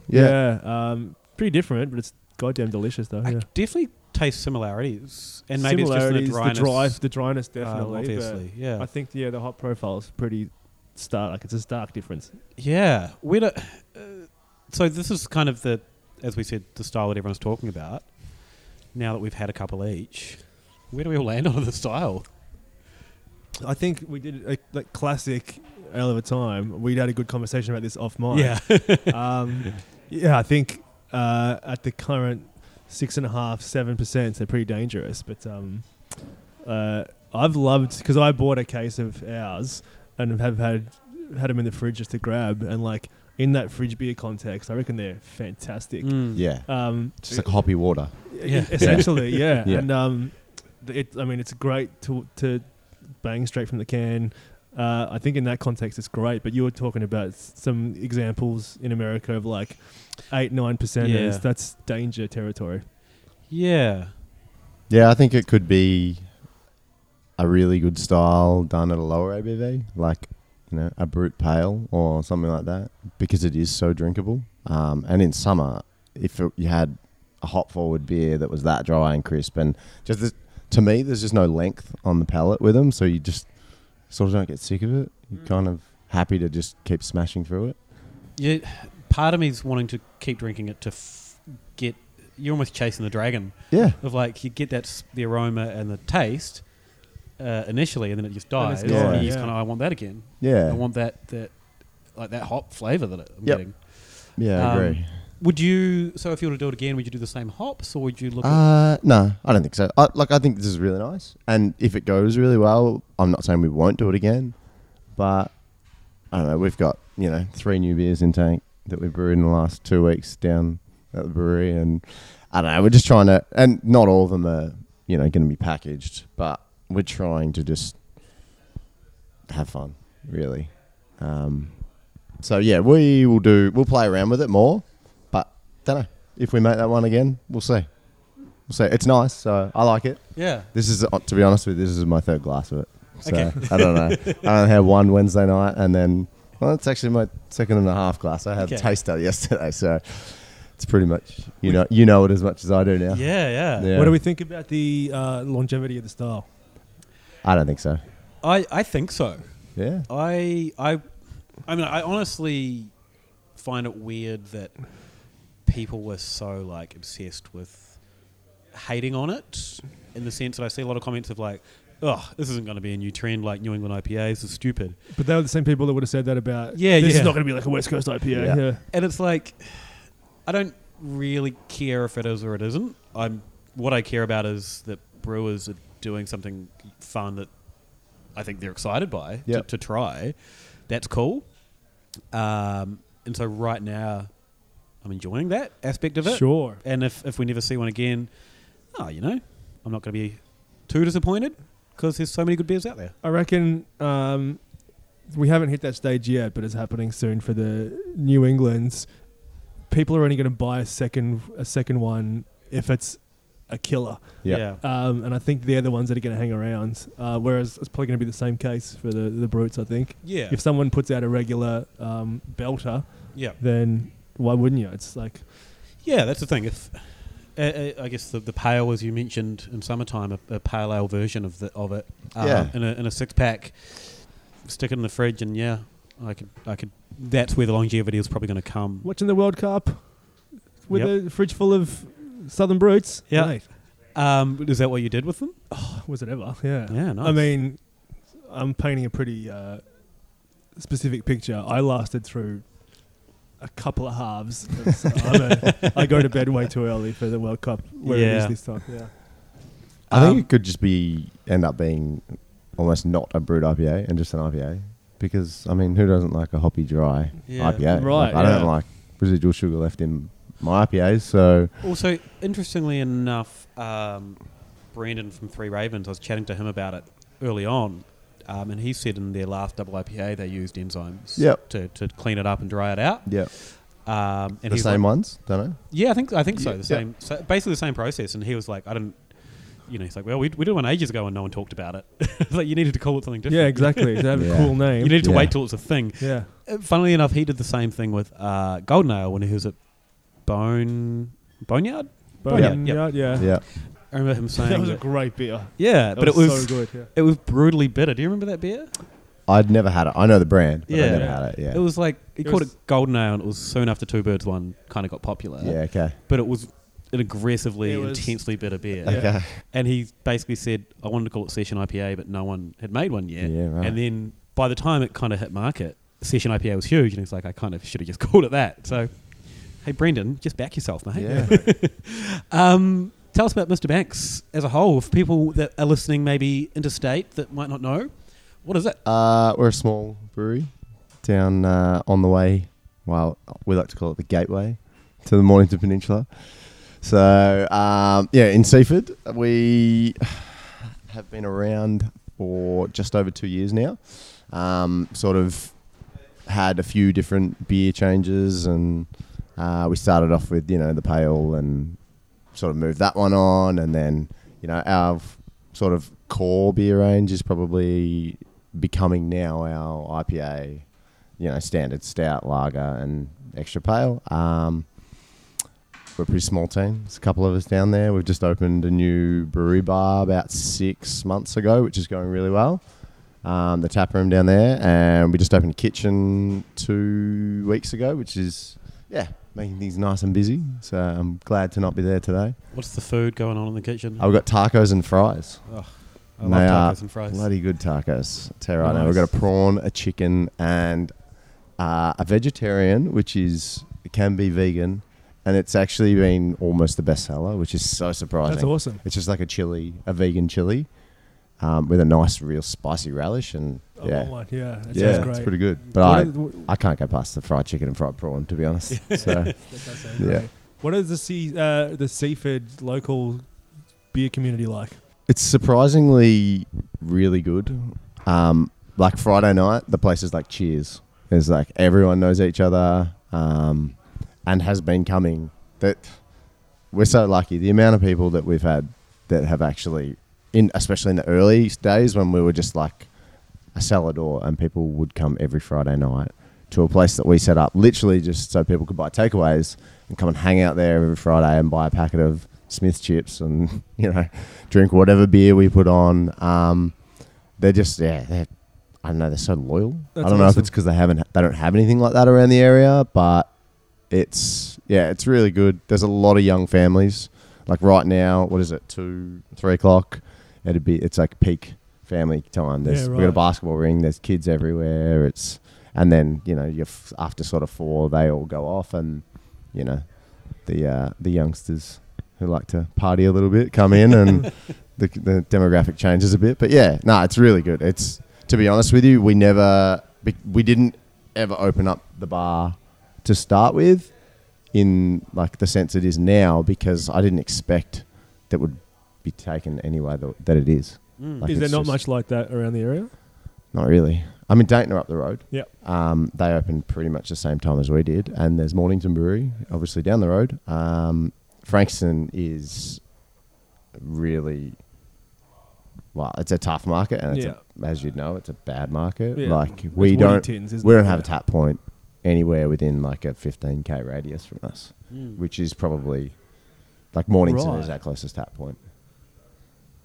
Yeah,
Yeah. um, pretty different, but it's goddamn delicious though.
I
Yeah.
definitely taste similarities, and maybe it's just in the dryness.
the dry, the dryness
um,
definitely. but
obviously, yeah.
I think yeah, the hot profile is pretty stark. Like it's a stark difference.
Yeah, we don't. Uh, so this is kind of the, as we said, the style that everyone's talking about. Now that we've had a couple each, where do we all land on the style?
I think we did a like, classic hell of a time. We had a good conversation about this off mic.
Yeah,
um, yeah, I think uh, at the current six and a half, seven percent, they're pretty dangerous. But um, uh, I've loved because I bought a case of ours and have had had them in the fridge just to grab. And like in that fridge beer context, I reckon they're fantastic.
Mm.
yeah,
Um,
just like hoppy water.
Yeah.
essentially, yeah.
Yeah.
And um, th- it, I mean, it's great to to bang straight from the can. Uh, I think in that context, it's great. But you were talking about s- some examples in America of like eight, nine percent.
Yeah.
That's danger territory.
yeah,
Yeah, I think it could be a really good style done at a lower ABV, like you know a brute pale or something like that, because it is so drinkable. Um, and in summer, if it, you had a hop forward beer that was that dry and crisp, and just this, to me, there's just no length on the palate with them, so you just sort of don't get sick of it. You're
Mm.
kind of happy to just keep smashing through it.
yeah. Part of me's wanting to keep drinking it to f- get. You're almost chasing the dragon
Yeah,
of like you get that s- the aroma and the taste uh, initially, and then it just
And
dies. And
it's
gone,
you just
yeah.
kind of I want that again.
yeah,
I want that that like that hop flavor that I'm
Yep.
getting.
yeah. I
Um,
agree.
Would you? So if you were to do it again, would you do the same hops, or would you look? at,
Uh, no, I don't think so. I, like, I think this is really nice, and if it goes really well, I'm not saying we won't do it again, but I don't know. We've got you know three new beers in tank that we brewed in the last two weeks down at the brewery, and I don't know. We're just trying to, and not all of them are you know going to be packaged, but we're trying to just have fun, really. Um, so yeah, we will do. We'll play around with it more, but don't know if we make that one again. We'll see. We'll see. It's nice, so I like it.
yeah,
This is, uh, to be honest with you, this is my third glass of it. So
Okay.
I don't know. I only had one Wednesday night, and then well, it's actually my second and a half glass. I had
Okay.
a taster yesterday, so it's pretty much you know you know it as much as I do now.
yeah, yeah.
Yeah.
What do we think about the uh, longevity of the style?
I don't think so.
I I think so.
Yeah.
I I I mean I honestly find it weird that people were so like obsessed with hating on it in the sense that I see a lot of comments of like, oh, this isn't going to be a new trend like New England IPAs is stupid,
But they were the same people that would have said that about.
Yeah,
this
yeah.
is not going to be like a West Coast IPA.
Yeah.
Yeah.
and it's like I don't really care if it is or it isn't. I'm what I care about is that brewers are doing something fun that I think they're excited by
Yep.
to, to try. That's cool. Um, and so right now, I'm enjoying that aspect of it.
Sure.
And if, if we never see one again, oh, you know, I'm not going to be too disappointed because there's so many good beers out there.
I reckon um, we haven't hit that stage yet, but it's happening soon for the New England's. People are only going to buy a second a second one if it's a killer,
Yeah.
um, and I think they're the ones that are going to hang around. Uh, whereas it's probably going to be the same case for the the brutes. I think
Yeah. Yeah.
if someone puts out a regular um, belter,
yeah.
then why wouldn't you? It's like
Yeah, that's the thing. If uh, uh, I guess the, the pale, as you mentioned in summertime, a, a pale ale version of the, of it, uh,
Yeah.
in a in a six pack, stick it in the fridge, and yeah, I could I could. That's where the longevity is probably going to come.
watching the World Cup with
Yep.
a fridge full of Southern brutes.
Yeah.
Mate,
Um, is that what you did with them?
was it ever? Yeah.
Yeah, nice.
I mean, I'm painting a pretty uh, specific picture. I lasted through a couple of halves. So I'm a, I go to bed way too early for the World Cup. Where it
Yeah.
is this time? Yeah.
I think
Um,
it could just be end up being almost not a brewed IPA and just an IPA because I mean, who doesn't like a hoppy dry
Yeah.
IPA?
Right,
Like, I
yeah.
don't like residual sugar left in my IPAs. So
Also, interestingly enough, um, Brandon from Three Ravens, I was chatting to him about it early on, um, and he said in their last double IPA they used enzymes
Yep.
to, to clean it up and dry it out.
yeah,
Um, and
the
he's
same
like,
ones. Don't know.
Yeah, I think I think so.
Yeah.
The same, so basically the same process. And he was like, I didn't, you know, he's like, well, we, we did one ages ago and no one talked about it. It's like you needed to call it something different.
Yeah, exactly. They have
Yeah.
a cool name.
You needed to
Yeah.
wait till it's a thing.
yeah.
Uh, Funnily enough, he did the same thing with uh, Golden Ale when he was at Bone Boneyard.
Bone
Yeah.
Yard, um, yeah.
Yeah,
I remember him saying,
That was a
that-
great beer.
yeah,
That
but it was
so good. Yeah.
It was brutally bitter. Do you remember that beer?
I'd never had it. I know the brand, but
Yeah.
I never had it. Yeah,
It was like he
It
called
was-
it Golden Ale, and it was soon after Two Birds One kind of got popular.
yeah, okay,
but it was an aggressively,
It was-
intensely bitter beer.
Yeah.
okay,
And he basically said, "I wanted to call it Session IPA, but no one had made one yet."
Yeah, right.
And then by the time it kind of hit market, Session IPA was huge, and he's like, "I kind of should have just called it that." So, hey, Brendan, just back yourself, mate.
yeah.
Um, tell us about Mr. Banks as a whole. For people that are listening, maybe interstate that might not know, what is it?
Uh, we're a small brewery down uh, on the way. Well, we like to call it the gateway to the Mornington Peninsula. So um, yeah, in Seaford, we have been around for just over two years now. Um, sort of had a few different beer changes, and uh, we started off with you know the pale and sort of moved that one on, and then you know our f- sort of core beer range is probably becoming now our IPA, you know, standard stout, lager, and extra pale. Um, we're a pretty small team. There's a couple of us down there. We've just opened a new brewery bar about six months ago, which is going really well. Um, the tap room down there, and we just opened a kitchen two weeks ago, which is yeah, making things nice and busy. So I'm glad to not be there today.
What's the food going on in the kitchen?
I've got tacos and fries.
I
they
love
are
tacos and fries.
Bloody good tacos. i tell you right now,
Nice.
we've got a prawn, a chicken, and uh, a vegetarian, which is can be vegan, and it's actually been almost the bestseller, which is so surprising.
That's awesome.
It's just like a chili, a vegan chili, um, with a nice, real spicy relish, and
I want
yeah,
one. Oh, Yeah. That
yeah,
sounds great.
it's pretty good.
What
But
are- what-
I, I can't go past the fried chicken and fried prawn, to be honest. so
that does sound
Yeah.
great. What is the sea, uh, the Seaford local beer community like?
It's surprisingly really good. Um, like Friday night, the place is like cheers. It's like everyone knows each other um, and has been coming. That we're so lucky. The amount of people that we've had that have actually, in especially in the early days when we were just like a cellar door, and people would come every Friday night to a place that we set up, literally just so people could buy takeaways and come and hang out there every Friday and buy a packet of Smith chips and you know drink whatever beer we put on. Um, they're just yeah, they're, I don't know, they're so loyal.
That's
I don't know if
awesome.
it's because they haven't they don't have anything like that around the area, but it's yeah, it's really good. There's a lot of young families. Like right now, what is it, two, three o'clock? It'd be it's like peak family time. There's
Yeah,
we got a
right.
basketball ring. There's kids everywhere. It's and then you know you f- after sort of four they all go off and you know the uh, the youngsters who like to party a little bit come in and the, the demographic changes a bit. But yeah, no, it's really good. It's to be honest with you, we never be- we didn't ever open up the bar to start with in like the sense it is now because I didn't expect that would be taken anyway that, that it is.
Mm.
Like
is there
it's
not
just-
much like that around the area?
Not really. I mean, Dayton are up the road.
Yep.
Um, they opened pretty much the same time as we did, and there's Mornington Brewery, obviously down the road. Um, Frankston is really well. It's a tough market, and it's a, as you know, it's a bad market.
Yeah.
Like
It's
we don't,
Wellingtons, isn't
we
it?
don't have a
Yeah.
tap point anywhere within like a 15k radius from us,
Mm.
which is probably like Mornington
Right.
is our closest tap point.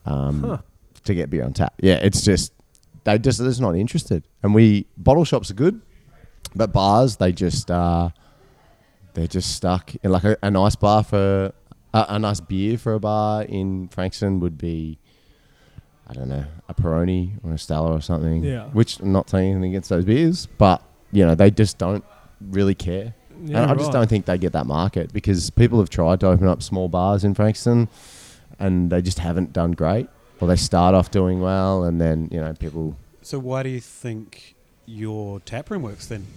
Um,
Huh.
to get beer on tap. Yeah, it's just they just they're just not interested. And we bottle shops are good, but bars they just uh, they're just stuck. And like a, a nice bar for a, a nice beer for a bar in Frankston would be. I don't know a Peroni or a Stella or something.
Yeah.
Which I'm not saying anything against those beers, but you know they just don't really care.
Yeah,
and I just
right.
don't think they get that market because people have tried to open up small bars in Frankston and they just haven't done great. Or they start off doing well and then, you know, people
So why do you think your tap room works then?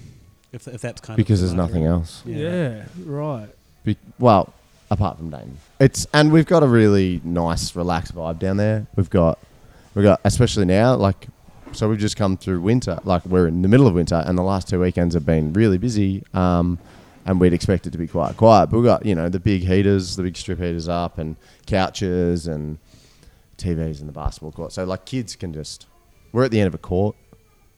If, if that's kind
because
of
there's
the
nothing
market.
else.
Yeah,
Yeah.
right.
Be- well, apart from Dayton, it's and we've got a really nice, relaxed vibe down there. We've got, we've got especially now, like, so we've just come through winter. Like we're in the middle of winter, and the last two weekends have been really busy. Um, and we'd expect it to be quite quiet, but we've got you know the big heaters, the big strip heaters up, and couches and TVs in the basketball court. So like kids can just, we're at the end of a court,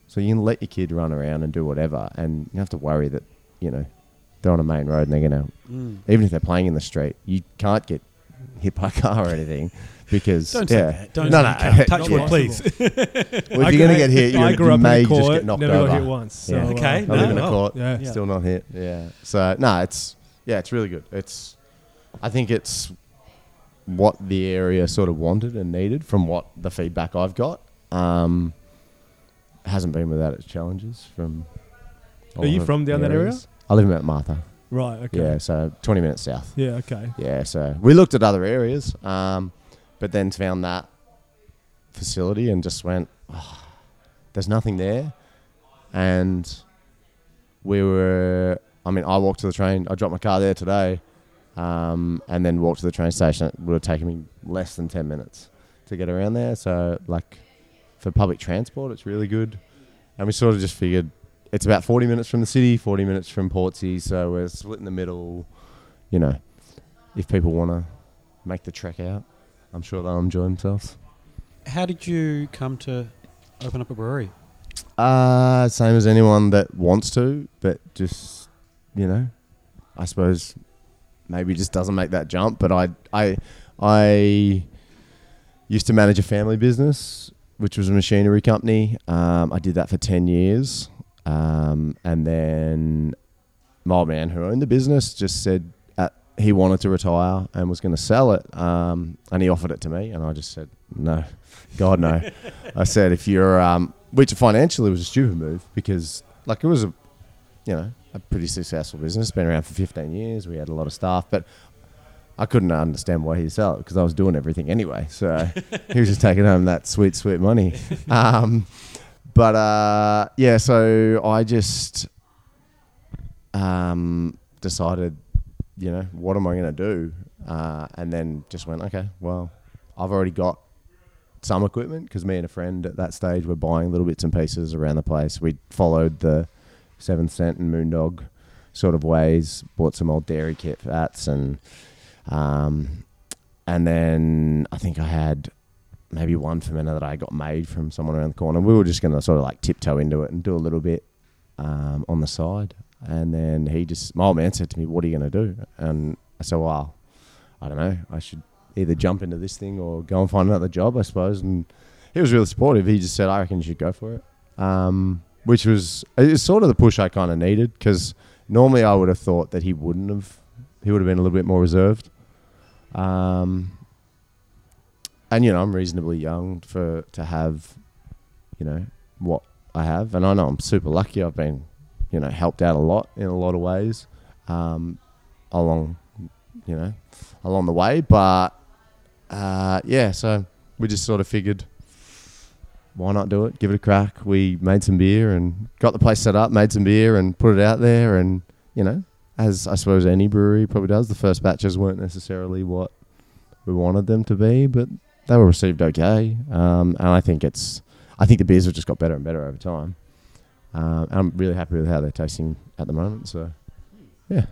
so you can let your kid run around and do whatever, and you don't have to worry that you know they're on a main road and they're gonna
Mm.
even if they're playing in the street, you can't get hit by a car or anything because
Don't
yeah.
say that. Don't
no,
say
no,
that. Touch
Not
wood,
yeah.
please.
Well,
I
if you're
grew-
gonna get hit,
I
you,
grew
you
up in
may
a court,
just get knocked
never
over.
got hit once. So,
Yeah.
uh,
Okay,
I live in a
No.
court.
Yeah.
Yeah.
Still not hit. Yeah. So no, it's yeah, it's really good. It's I think it's what the area sort of wanted and needed from what the feedback I've got. Um, hasn't been without its challenges from.
Are you
all
from
the
down that area?
areas. I live in Mount Martha.
Right. Okay.
Yeah, so 20 minutes south.
Yeah, okay.
Yeah, so we looked at other areas, um, but then found that facility and just went, "Ah, there's nothing there. And we were, I mean, I walked to the train, I dropped my car there today, um, and then walked to the train station. It would have taken me less than 10 minutes to get around there. So, like, for public transport, it's really good. And we sort of just figured it's about 40 minutes from the city, 40 minutes from Portsea, so we're split in the middle, you know if people want to make the trek out, I'm sure they'll enjoy themselves.
How did you come to open up a brewery?
Uh, same as anyone that wants to, but just, you know, I suppose maybe just doesn't make that jump. But I, I, I used to manage a family business, which was a machinery company. Um, I did that for 10 years. Um, and then my old man who owned the business just said uh he wanted to retire and was going to sell it. Um, and he offered it to me, and I just said, no, God, no. I said, if you're, um, which financially was a stupid move because, like, it was a, you know, a pretty successful business, been around for 15 years. We had a lot of staff, but I couldn't understand why he'd sell it because I was doing everything anyway. So he was just taking home that sweet, sweet money. Um, but uh, yeah, so I just um, decided, you know, what am I going to do? Uh, and then just went, okay, well, I've already got some equipment because me and a friend at that stage were buying little bits and pieces around the place. We followed the Seventh Cent and Moondog sort of ways, bought some old dairy kit vats and um, and then I think I had maybe one fermenter that I got made from someone around the corner. We were just going to sort of like tiptoe into it and do a little bit um, on the side. And then he just, my old man said to me, What are you going to do? And I said, Well, I don't know. I should either jump into this thing or go and find another job, I suppose. And he was really supportive. He just said, I reckon you should go for it. Um, which was, it was sort of the push I kind of needed because normally I would have thought that he wouldn't have, he would have been a little bit more reserved. Um, and you know, I'm reasonably young for to have, you know, what I have, and I know I'm super lucky. I've been, you know, helped out a lot in a lot of ways, um, along, you know, along the way. But uh, yeah, so we just sort of figured, why not do it? Give it a crack. We made some beer and got the place set up, made some beer and put it out there, and you know, as I suppose any brewery probably does, the first batches weren't necessarily what we wanted them to be, but they were received okay. Um, and I think it's, I think the beers have just got better and better over time. Um, and I'm really happy with how they're tasting at the moment. So, yeah,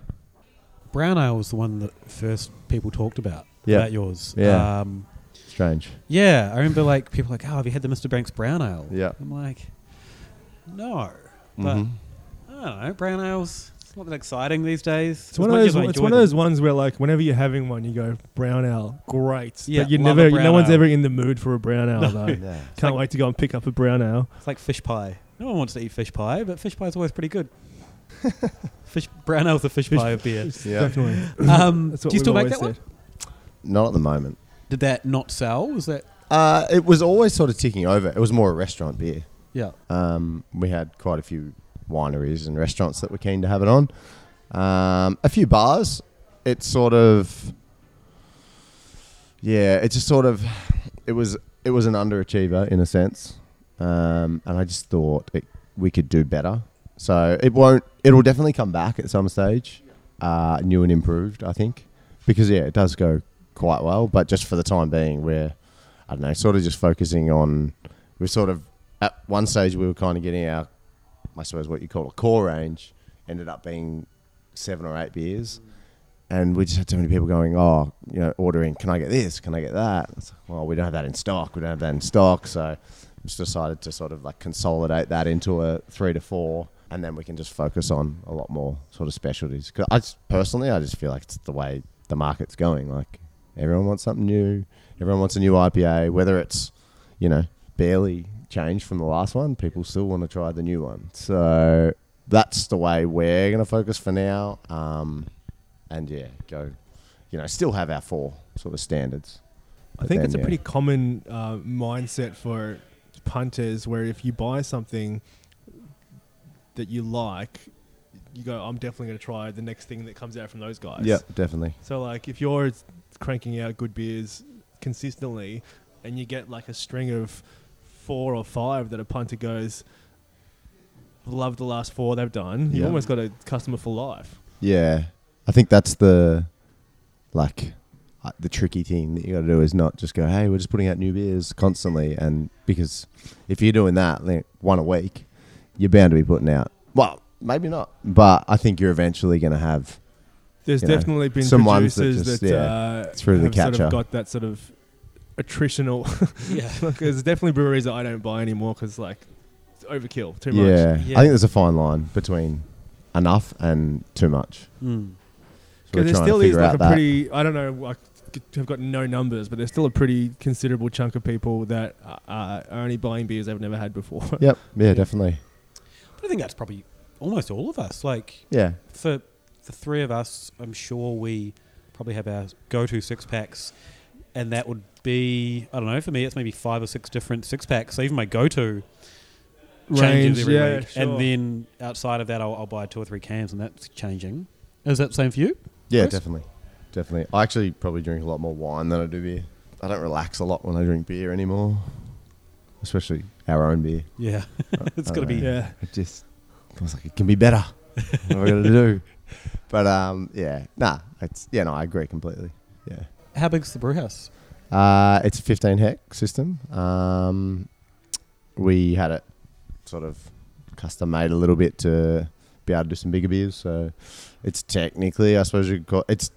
Brown ale was the one that first people talked about.
Yeah.
About yours.
Yeah.
Um,
strange.
yeah. I remember like people like, oh, have you had the Mr. Banks brown ale?
Yeah.
I'm like, no. But
Mhm.
I don't know. Brown ales, it's not that exciting these days.
It's one, of those, it's one of those ones where, like, whenever you're having one, you go, brown ale, great.
Yeah,
but you
love a
never,
brown
no one's
ale.
ever in the mood for a brown ale, though. Can't
Yeah.
like-
wait to go and pick up a brown ale.
It's like fish pie. No one wants to eat fish pie, but fish pie is always pretty good. fish brown ale's a fish,
Fish-
pie of beer.
Yeah.
Definitely.
Um,
That's
do
what
you
we've
still make
always
that one?
said.
Not at the moment.
Did that not sell? Was that
Uh, it was always sort of ticking over. It was more a restaurant beer.
yeah?
Um, we had quite a few wineries and restaurants that were keen to have it on. Um, a few bars. It sort of, yeah, it just sort of, it was it was an underachiever in a sense, um, and I just thought it, we could do better. So it won't. It'll definitely come back at some stage, uh, new and improved, I think, because yeah, it does go quite well. But just for the time being, we're I don't know, sort of just focusing on we're sort of at one stage we were kind of getting our I suppose what you call a core range ended up being seven or eight beers. And we just had so many people going, oh, you know, ordering, can I get this? Can I get that? It's like, well, we don't have that in stock. We don't have that in stock. So we just decided to sort of like consolidate that into a three to four. And then we can just focus on a lot more sort of specialties. 'Cause I just, personally, I just feel like it's the way the market's going. Like everyone wants something new. Everyone wants a new IPA, whether it's, you know, barely changed from the last one, people still want to try the new one. So that's the way we're going to focus for now. Um, and yeah, go, you know, still have our four sort of standards.
I think
then,
it's a
yeah.
pretty common uh, mindset for punters where if you buy something that you like, you go, I'm definitely going to try the next thing that comes out from those guys.
Yeah, definitely.
So, like, if you're cranking out good beers consistently and you get like a string of four or five that a punter goes, love the last four they've done, you've
Yeah.
almost got a customer for life.
Yeah, I think that's the like uh, the tricky thing that you got to do is not just go, hey, we're just putting out new beers constantly, and because if you're doing that like, one a week, you're bound to be putting out. Well, maybe not, but I think you're eventually going to have
There's
you know,
definitely been
some ones that
producers that,
just,
uh,
it's really
have sort
catcher.
of got that sort of attritional.
yeah.
Look, there's definitely breweries that I don't buy anymore because like it's overkill too much.
Yeah.
Yeah.
I think there's a fine line between enough and too much.
Mm.
So we're
Because there
trying to
still is
figure
like
out
a
that.
pretty, I don't know, I c- have got no numbers, but there's still a pretty considerable chunk of people that uh, are only buying beers they've never had before.
Yep. Yeah, definitely.
But I think that's probably almost all of us. Like
Yeah.
for the three of us, I'm sure we probably have our go-to six packs, and that would be I don't know. For me, it's maybe five or six different six packs. So even my go-to changes every
yeah,
week,
sure.
and then outside of that, I'll, I'll buy two or three cans, and that's changing. Is that the same for you?
Yeah,
Chris?
definitely. Definitely. I actually probably drink a lot more wine than I do beer. I don't relax a lot when I drink beer anymore, especially our own beer.
Yeah, it's got to be.
yeah,
It just I was like, it can be better. what am I going to do? But um, yeah, nah, it's yeah, no, I agree completely. Yeah.
How big's the brew house?
Uh, it's a 15 hec system. Um, we had it sort of custom made a little bit to be able to do some bigger beers. So it's technically, I suppose you could call it's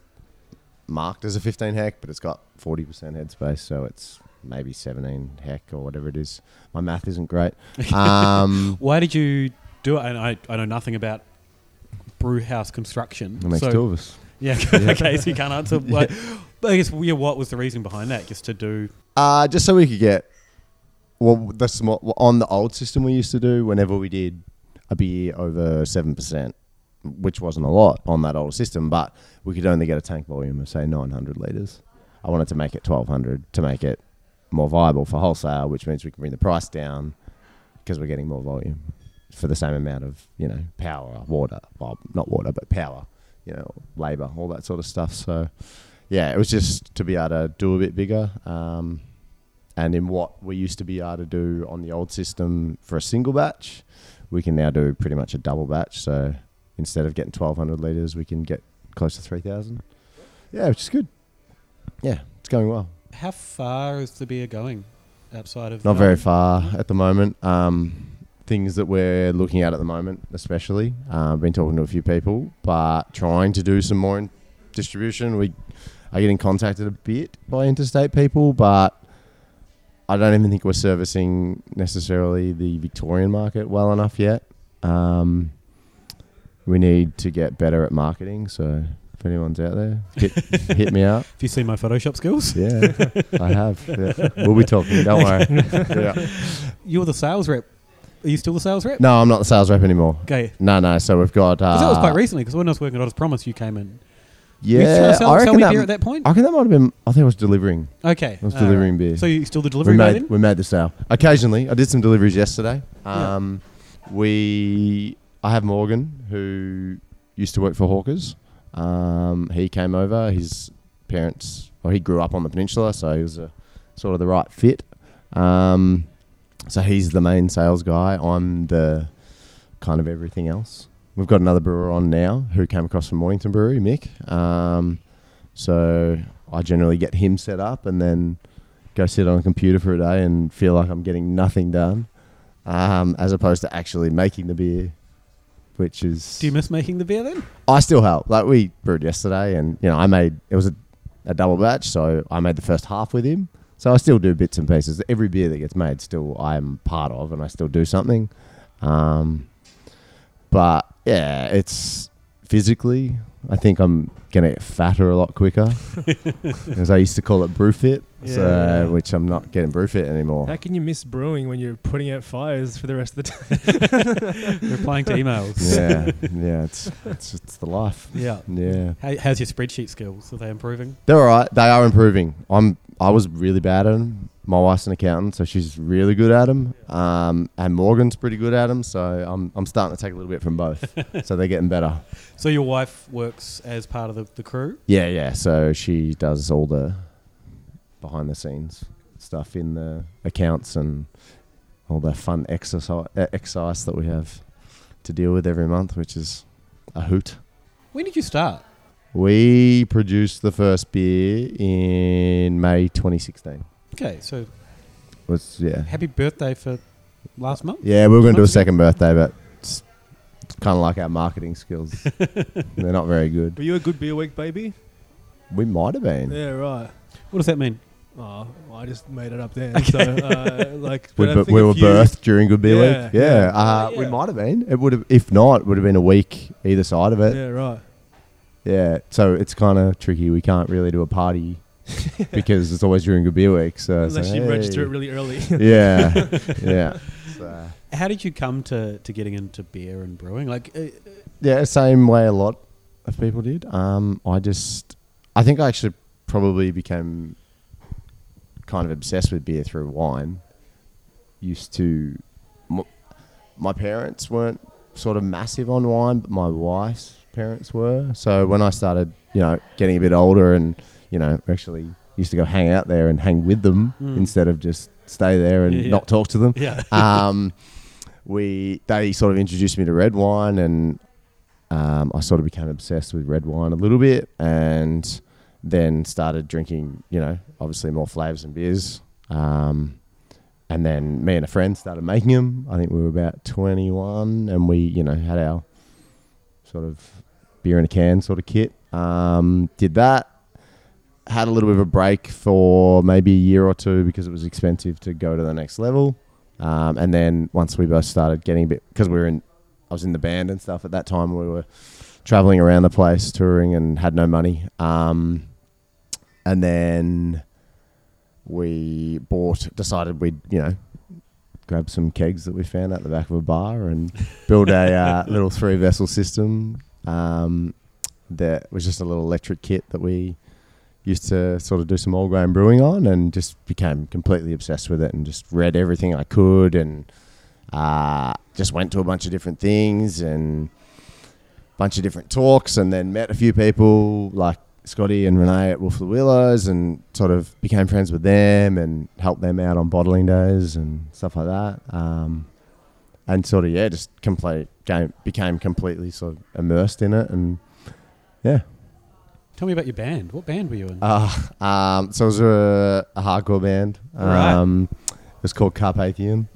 marked as a 15 hec, but it's got 40% headspace. So it's maybe 17 hec or whatever it is. My math isn't great. Um,
Why did you do it? And I, I know nothing about brew house construction.
it makes
so-
two of us.
Yeah, okay, so you can't answer. What, but I guess yeah, what was the reason behind that? Just to do.
Uh, just so we could get well the small on the old system we used to do whenever we did a beer over seven percent, which wasn't a lot on that old system, but we could only get a tank volume of say nine hundred liters. I wanted to make it twelve hundred to make it more viable for wholesale, which means we can bring the price down because we're getting more volume for the same amount of you know power, water, well not water but power, you know labor, all that sort of stuff. So yeah, it was just to be able to do a bit bigger. Um, and in what we used to be able to do on the old system for a single batch, we can now do pretty much a double batch. So instead of getting 1,200 litres, we can get close to 3,000. Yeah, which is good. Yeah, it's going well.
How far is the beer going outside of?
Not very
Melbourne?
far at the moment. Um, things that we're looking at at the moment, especially, uh, been talking to a few people, but trying to do some more in distribution. We are getting contacted a bit by interstate people, but I don't even think we're servicing necessarily the Victorian market well enough yet. Um, we need to get better at marketing, so if anyone's out there, hit, hit me up.
Have you seen my Photoshop skills?
Yeah, I have. Yeah. We'll be talking. Don't worry. Yeah.
You're the sales rep. Are you still the sales rep?
No, I'm not the sales rep anymore.
Okay.
No, no. So we've got. Uh,
Because that was quite recently. Because when I was working at Otis Promise, you came in.
Yeah,
you trying to sell,
I
sell
reckon
me
that.
beer at that point.
I reckon that might have been. I think I was delivering.
okay.
I was
all right.
delivering beer.
So you still the
we
delivery guy
made
then?
we made the sale occasionally. I did some deliveries yesterday.
Yeah.
Um, We I have Morgan who used to work for Hawkers. Um, he came over. His parents, well, he grew up on the peninsula, so he was a, sort of the right fit. Um, so he's the main sales guy. I'm the kind of everything else. We've got another brewer on now who came across from Mornington Brewery, Mick. Um, so I generally get him set up and then go sit on a computer for a day and feel like I'm getting nothing done, um, as opposed to actually making the beer, which is.
Do you miss making the beer then?
I still help. Like we brewed yesterday, and you know, I made it was a, a double batch, so I made the first half with him. So I still do bits and pieces. Every beer that gets made, still I'm part of, and I still do something. Um, but yeah, it's physically. I think I'm gonna get fatter a lot quicker, as I used to call it brew fit.
Yeah.
So, which I'm not getting brew fit anymore.
How can you miss brewing when you're putting out fires for the rest of the day?
Replying to emails.
yeah, yeah, it's it's it's the life.
Yeah.
Yeah.
How, how's your spreadsheet skills? Are they improving?
They're all right. They are improving. I'm. I was really bad at them. My wife's an accountant, so she's really good at them. Um, and Morgan's pretty good at them, so I'm I'm starting to take a little bit from both. so they're getting better.
So your wife works as part of the, the crew.
Yeah, yeah. So she does all the behind the scenes stuff in the accounts and all the fun exercise uh, excise that we have to deal with every month, which is a hoot.
When did you start?
We produced the first beer in May 2016.
Okay, so
Was yeah.
happy birthday for last month.
Yeah, we were going to do a second birthday, but it's kind of like our marketing skills. They're not very good.
Were you a good beer week, baby?
We might have been.
Yeah, right.
What does that mean?
Oh, well, I just made it up then. So, uh, like,
We,
but I
bu-
think
we
a
were
few-
birthed during Good Beer
Yeah, Oh,
Week. Yeah, Uh,
yeah.
we might have been. It would have, if not, it would have been a week either side of it.
Yeah, right.
Yeah, so it's kind of tricky. We can't really do a party because it's always during Good Beer Week. So it's
Unless
like,
you register
hey.
it really early.
yeah, yeah. So,
How did you come to, to getting into beer and brewing? Like, uh,
Yeah, same way a lot of people did. Um, I just, I think I actually probably became kind of obsessed with beer through wine. Used to, m- my parents weren't sort of massive on wine, but my wife's parents were. So when I started, you know, getting a bit older and, you know, actually used to go hang out there and hang with them
Mm.
instead of just stay there and
Yeah, yeah.
not talk to them
yeah,
um, we they sort of introduced me to red wine, and um, I sort of became obsessed with red wine a little bit, and then started drinking. You know, obviously more flavors and beers. Um, and then me and a friend started making them. I think we were about twenty one, and we you know had our sort of beer in a can sort of kit. Um, did that. Had a little bit of a break for maybe a year or two because it was expensive to go to the next level. Um, and then once we both started getting a bit, because we were in, I was in the band and stuff at that time. We were traveling around the place, touring, and had no money. Um, and then we bought, decided we'd, you know, grab some kegs that we found out the back of a bar and build a uh, little three vessel system. Um, that was just a little electric kit that we used to sort of do some old grain brewing on and just became completely obsessed with it and just read everything I could and uh, just went to a bunch of different things and bunch of different talks and then met a few people like Scotty and Renee at Wolf of the Willows and sort of became friends with them and helped them out on bottling days and stuff like that. Um, and sort of, yeah, just complete, game, became completely sort of immersed in it and yeah.
tell me about your band. What band were you in?
Uh, um, so it was a, a hardcore band.
Right.
Um, It was called Carpathian.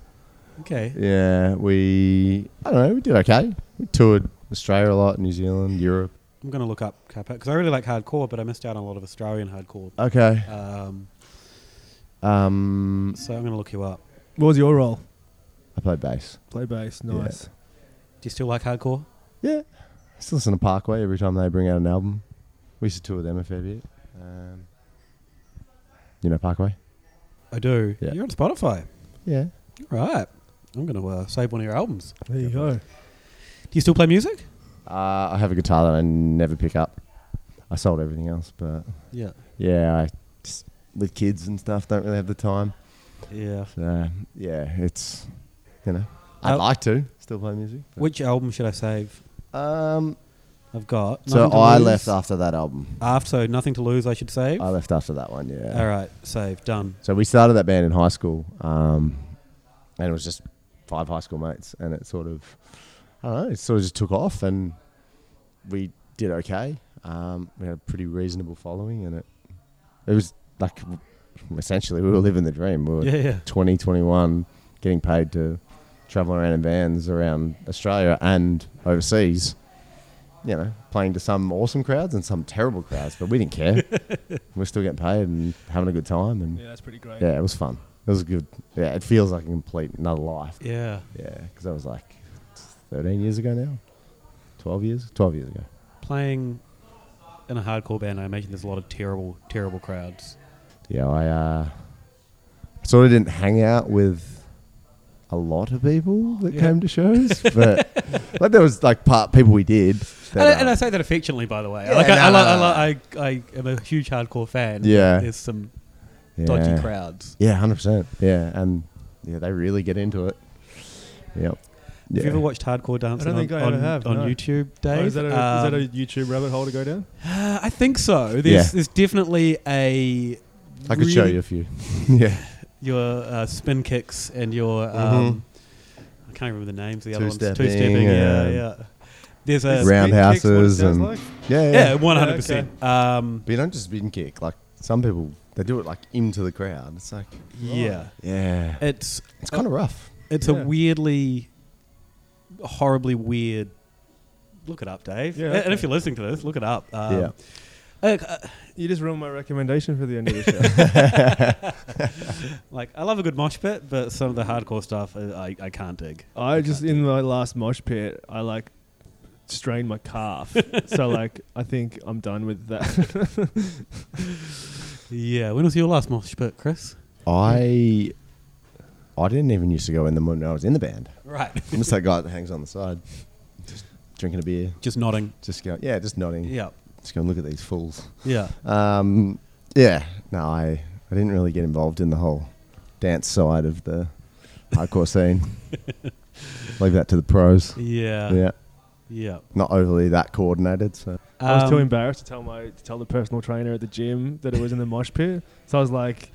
okay,
Yeah, we, I don't know, we did okay. We toured Australia a lot, New Zealand, Europe.
I'm gonna look up Carpet because I really like hardcore, but I missed out on a lot of Australian hardcore.
Okay.
Um,
Um,
so I'm gonna look you up.
What was your role?
I play bass.
Play bass.
Yeah.
Nice.
Do you still like hardcore?
Yeah. I still listen to Parkway every time they bring out an album. We used to tour them a fair bit. Um, you know Parkway?
I do.
Yeah.
You're on Spotify,
Yeah.
right? I'm gonna uh, save one of your albums.
There you go.
Do you still play music?
Uh, I have a guitar that I never pick up. I sold everything else, but
Yeah,
yeah, I just, with kids and stuff, don't really have the time.
yeah.
So uh, yeah, it's you know, I'd
Uh,
like to still play music. but-
Which album should I save?
um,
I've got.
so
Nothing to
I
Lose.
left after that album.
After, so nothing to lose, I should save.
I left after that one. Yeah.
All right, save done.
So we started that band in high school, um, and it was just five high school mates, and it sort of I don't know, it sort of just took off and we did okay. Um, we had a pretty reasonable following and it it was like essentially we were living the dream. We were
Yeah, yeah.
20, 21, getting paid to travel around in vans around Australia and overseas. You know, playing to some awesome crowds and some terrible crowds, but we didn't care. we're still getting paid and having a good time, and
Yeah, that's pretty great.
yeah, it was fun. It was good. Yeah, it feels like a complete another life.
Yeah.
Yeah, because that was like 13 years ago now. 12 years? 12 years ago.
Playing in a hardcore band, I imagine there's a lot of terrible, terrible crowds.
Yeah, I uh, sort of didn't hang out with a lot of people that
Yeah.
came to shows, but like there was like part people we did. that,
And, I-
uh,
and I say that affectionately, by the way.
Yeah,
like, I,
no,
I,
no,
lo-
no,
I, lo- I, I am a huge hardcore fan.
Yeah.
There's some
yeah.
dodgy crowds.
Yeah, hundred percent. Yeah, and yeah, they really get into it. Yep. Yeah.
Have you ever watched hardcore dancing
think I
on,
ever
on,
have,
on
no.
YouTube, Dave?
Oh, is, that a, is
Um,
that a YouTube rabbit hole to go down?
Uh, I think so. There's,
Yeah.
there's definitely a.
I could show
really-
you a few. yeah.
your uh, spin kicks and your. Um, I can't remember the names. of The other ones, two
Mm-hmm. Two-stepping
stepping. Yeah,
and-
yeah. There's a.
Is Ra- roundhouses and- Yeah.
yeah, one hundred percent. Um,
But you don't just spin kick. Like some people, they do it like into the crowd. It's like
yeah,
yeah,
it's
it's kind of rough.
it's
Yeah.
a weirdly, horribly weird. Look it up, Dave.
Yeah,
And- And if
okay.
you're listening to this, look it up. Um,
Yeah.
like, uh,
You just ruined my recommendation for the end of the show.
like I love a good mosh pit, but some of the hardcore stuff uh, I, I can't dig.
I just in my last mosh pit, I like strained my calf, so like I think I'm done with that.
Yeah, when was your last mosh pit, Chris?
I I didn't even used to go in the when I was in the band.
Right,
I'm just that guy that hangs on the side, just drinking a beer,
just nodding.
just going yeah, just nodding,
Yeah,
just going look at these fools.
yeah.
Um, yeah, no, I I didn't really get involved in the whole dance side of the hardcore scene. Leave that to the pros.
Yeah.
Yeah,
Yeah.
not overly that coordinated. So
I was too
Um,
embarrassed to tell my to tell the personal trainer at the gym that it was in the mosh pit, so I was like,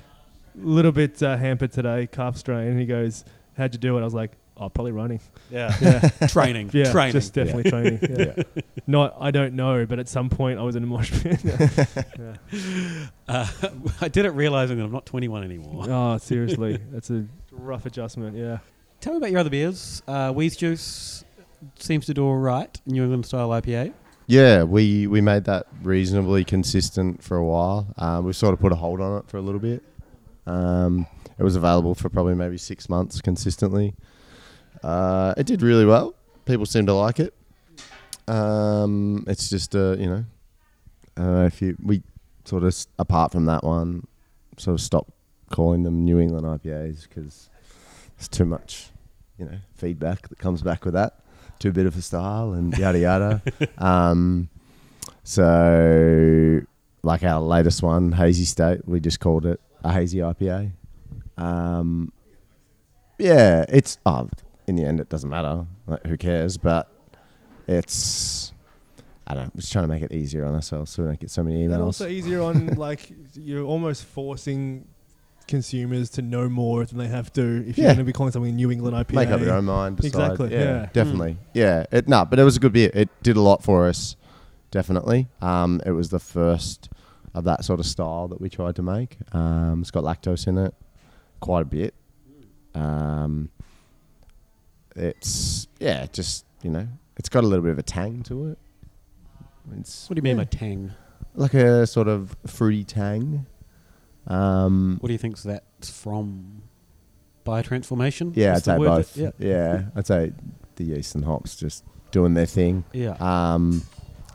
little bit uh, hampered today, calf strain. And he goes, "How'd you do it?" I was like, "Oh, probably running."
Yeah.
Yeah,
training.
yeah,
training.
just definitely training. Yeah.
yeah,
Not, I don't know, but at some point I was in a mosh pit. yeah.
uh, I did it realizing that I'm not 21 anymore.
Oh, seriously, that's a rough adjustment. Yeah.
Tell me about your other beers. Uh, Wheeze Juice seems to do all right. New England style IPA.
yeah. We we made that reasonably consistent for a while. Um, we sort of put a hold on it for a little bit. Um, it was available for probably maybe six months consistently. Uh, it did really well. People seemed to like it. Um, it's just uh, you know, I don't know if you we sort of s- apart from that one, sort of stopped calling them New England IPAs because it's too much, you know, feedback that comes back with that. Too bit of a style and yada yada. um, so, like our latest one, Hazy State, we just called it a hazy IPA. Um, yeah, it's oh, in the end it doesn't matter. Like, who cares? But it's I don't. know, Just trying to make it easier on ourselves so we don't get so many
And
emails.
also easier on like you're almost forcing consumers to know more than they have to if you're
Yeah.
going to be calling something New England IPA.
Make up their own mind. Decide.
Exactly,
Yeah,
yeah.
definitely.
Mm.
Yeah. It no, but it was a good beer. It did a lot for us. Definitely. Um, it was the first of that sort of style that we tried to make. Um, it's got lactose in it, quite a bit. Um, it's yeah, just you know, it's got a little bit of a tang to it. It's
What do you mean
yeah,
by tang?
like a sort of fruity tang. Um,
What do you think's that's from? Biotransformation?
yeah,
Is the
I'd say
word
both.
that- yeah.
yeah, I'd say the yeast and hops just doing their thing.
Yeah.
um,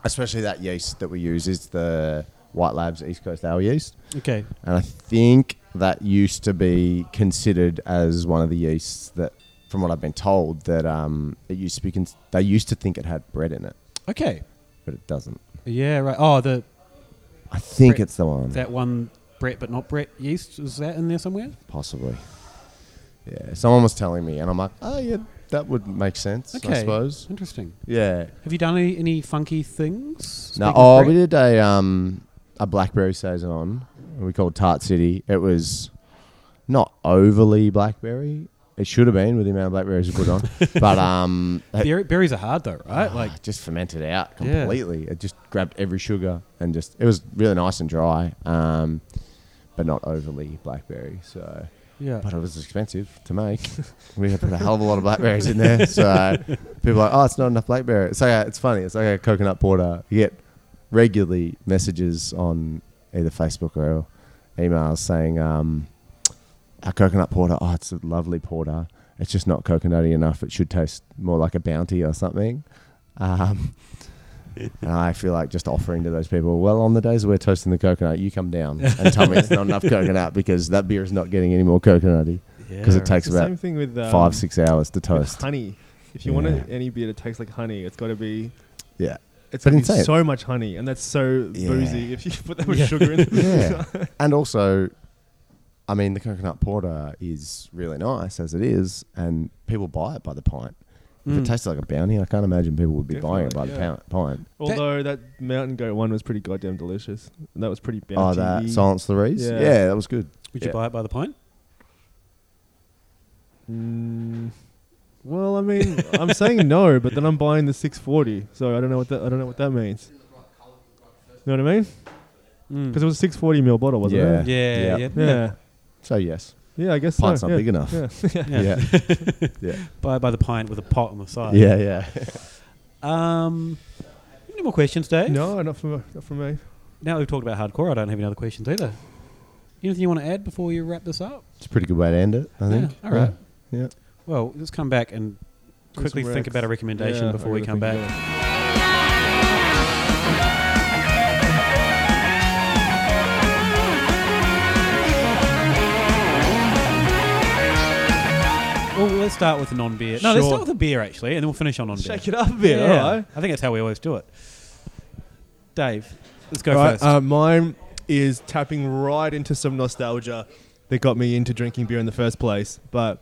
especially that yeast that we use is the White Labs East Coast Ale yeast,
okay.
and I think that used to be considered as one of the yeasts that, from what I've been told, that um, it used to be. Cons- they used to think it had bread in it,
Okay.
but it doesn't.
Yeah, right. Oh, the
I think
Bread.
it's the one,
that one Brett but not Brett yeast. Is that in there somewhere?
possibly. Yeah, someone was telling me, and I'm like, oh yeah, that would make sense, I
Okay.
suppose.
Interesting.
Yeah,
Have you done any, any funky things? Speaking
No,
of
oh,
Brett?
we did a um a blackberry saison. We called Tart City. It was not overly blackberry. It should have been with the amount of blackberries you put on, but um, it-
Berry- berries are hard though, right?
ah,
Like
it just fermented out
Yeah.
completely. It just grabbed every sugar and just it was really nice and dry, um, but not overly blackberry. So,
yeah.
but it was expensive to make. we had put a hell of a lot of blackberries in there, so people are like, oh, it's not enough blackberry. It's like a, it's funny. It's like a coconut porter. You get regularly messages on either Facebook or emails saying, um, our coconut porter. Oh, it's a lovely porter. It's just not coconutty enough. It should taste more like a bounty or something. Um, and I feel like just offering to those people, well, on the days we're toasting the coconut, you come down and tell me it's not enough coconut because that beer is not getting any more coconutty because it takes
It's the
about
same thing with um,
five, six hours to
with
toast.
honey. If you
Yeah.
want any beer that tastes like honey, it's got to be
Yeah.
it's
But
got
insane.
so much honey, and that's so
Yeah.
boozy. If you put that much
Yeah.
sugar in,
Yeah. and also, I mean, the coconut porter is really nice as it is, and people buy it by the pint. If it
Mm.
tasted like a bounty, I can't imagine people would be buying it by
Definitely, yeah.
the pou- pint.
Although that mountain goat one was pretty goddamn delicious. And that was pretty bouncy.
Oh, that Silence the Reeds?
Yeah.
Yeah. that was good.
Would you
Yeah.
buy it by the pint?
Mm, well, I mean, I'm saying no, but then I'm buying the 640, so I don't know what that I don't know what that means. You know what I mean? Because it was a 640 ml bottle, wasn't
Hmm. Yeah.
it?
Yeah, yeah,
Yeah.
yeah.
Mm. Yeah.
So, yes.
Yeah, I guess
Pints
so.
not
yeah.
big enough.
Yeah.
Yeah.
Yeah. yeah.
Buy it by the pint with a pot on the side.
Yeah, yeah.
Um, any more questions, Dave?
No, not from not from me.
Now that we've talked about hardcore, I don't have any other questions either. Anything you want to add before we wrap this up?
It's a pretty good way to end it, I think.
Yeah, all right.
Yeah.
Well, let's come back and
Do
quickly
some
think
recs.
about a recommendation
Yeah,
before
I
we
really
come
think
back.
so.
Well, let's start with non beer. No, let's
Sure.
start with a beer, actually, and then we'll finish on non beer.
Shake it up a bit,
Yeah.
all right.
I think that's how we always do it. Dave, let's go
All right,
first.
Uh, mine is tapping right into some nostalgia that got me into drinking beer in the first place. But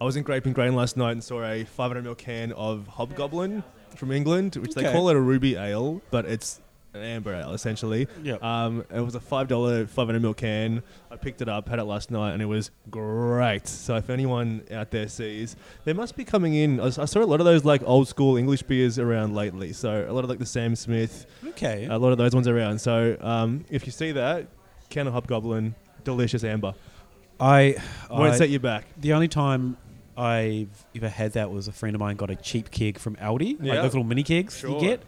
I was in Grape and Grain last night and saw a 500ml can of Hobgoblin from England, which they
Okay.
call it a ruby ale, but it's an amber ale essentially.
Yep.
Um, it was a five dollar 500ml can. I picked it up, had it last night, and it was great. So if anyone out there sees, they must be coming in. I s- I saw a lot of those like old school English beers around lately. So a lot of like the Sam Smith,
okay.
a lot of those ones around. So um, if you see that, can of Hobgoblin, delicious amber.
I,
Won't
I-
set you back.
the only time I've ever had that was a friend of mine got a cheap keg from Aldi, like
Yeah.
those little mini kegs
Sure.
you get.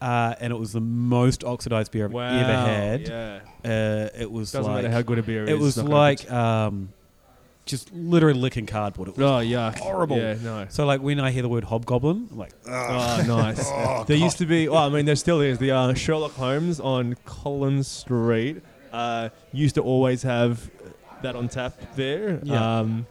Uh, and it was the most oxidized beer I've ever had.
Yeah.
Uh, it was
Doesn't
like
matter how good a beer is.
it was
it's not gonna
like um, just literally licking cardboard. It
be-
was
Oh, yuck.
horrible.
Yeah, no.
So like when I hear the word hobgoblin, I'm like, Ah.
Oh, nice. there used to be, well, I mean, there still is, the uh, Sherlock Holmes on Collins Street uh, used to always have that on tap there.
Yeah.
Um,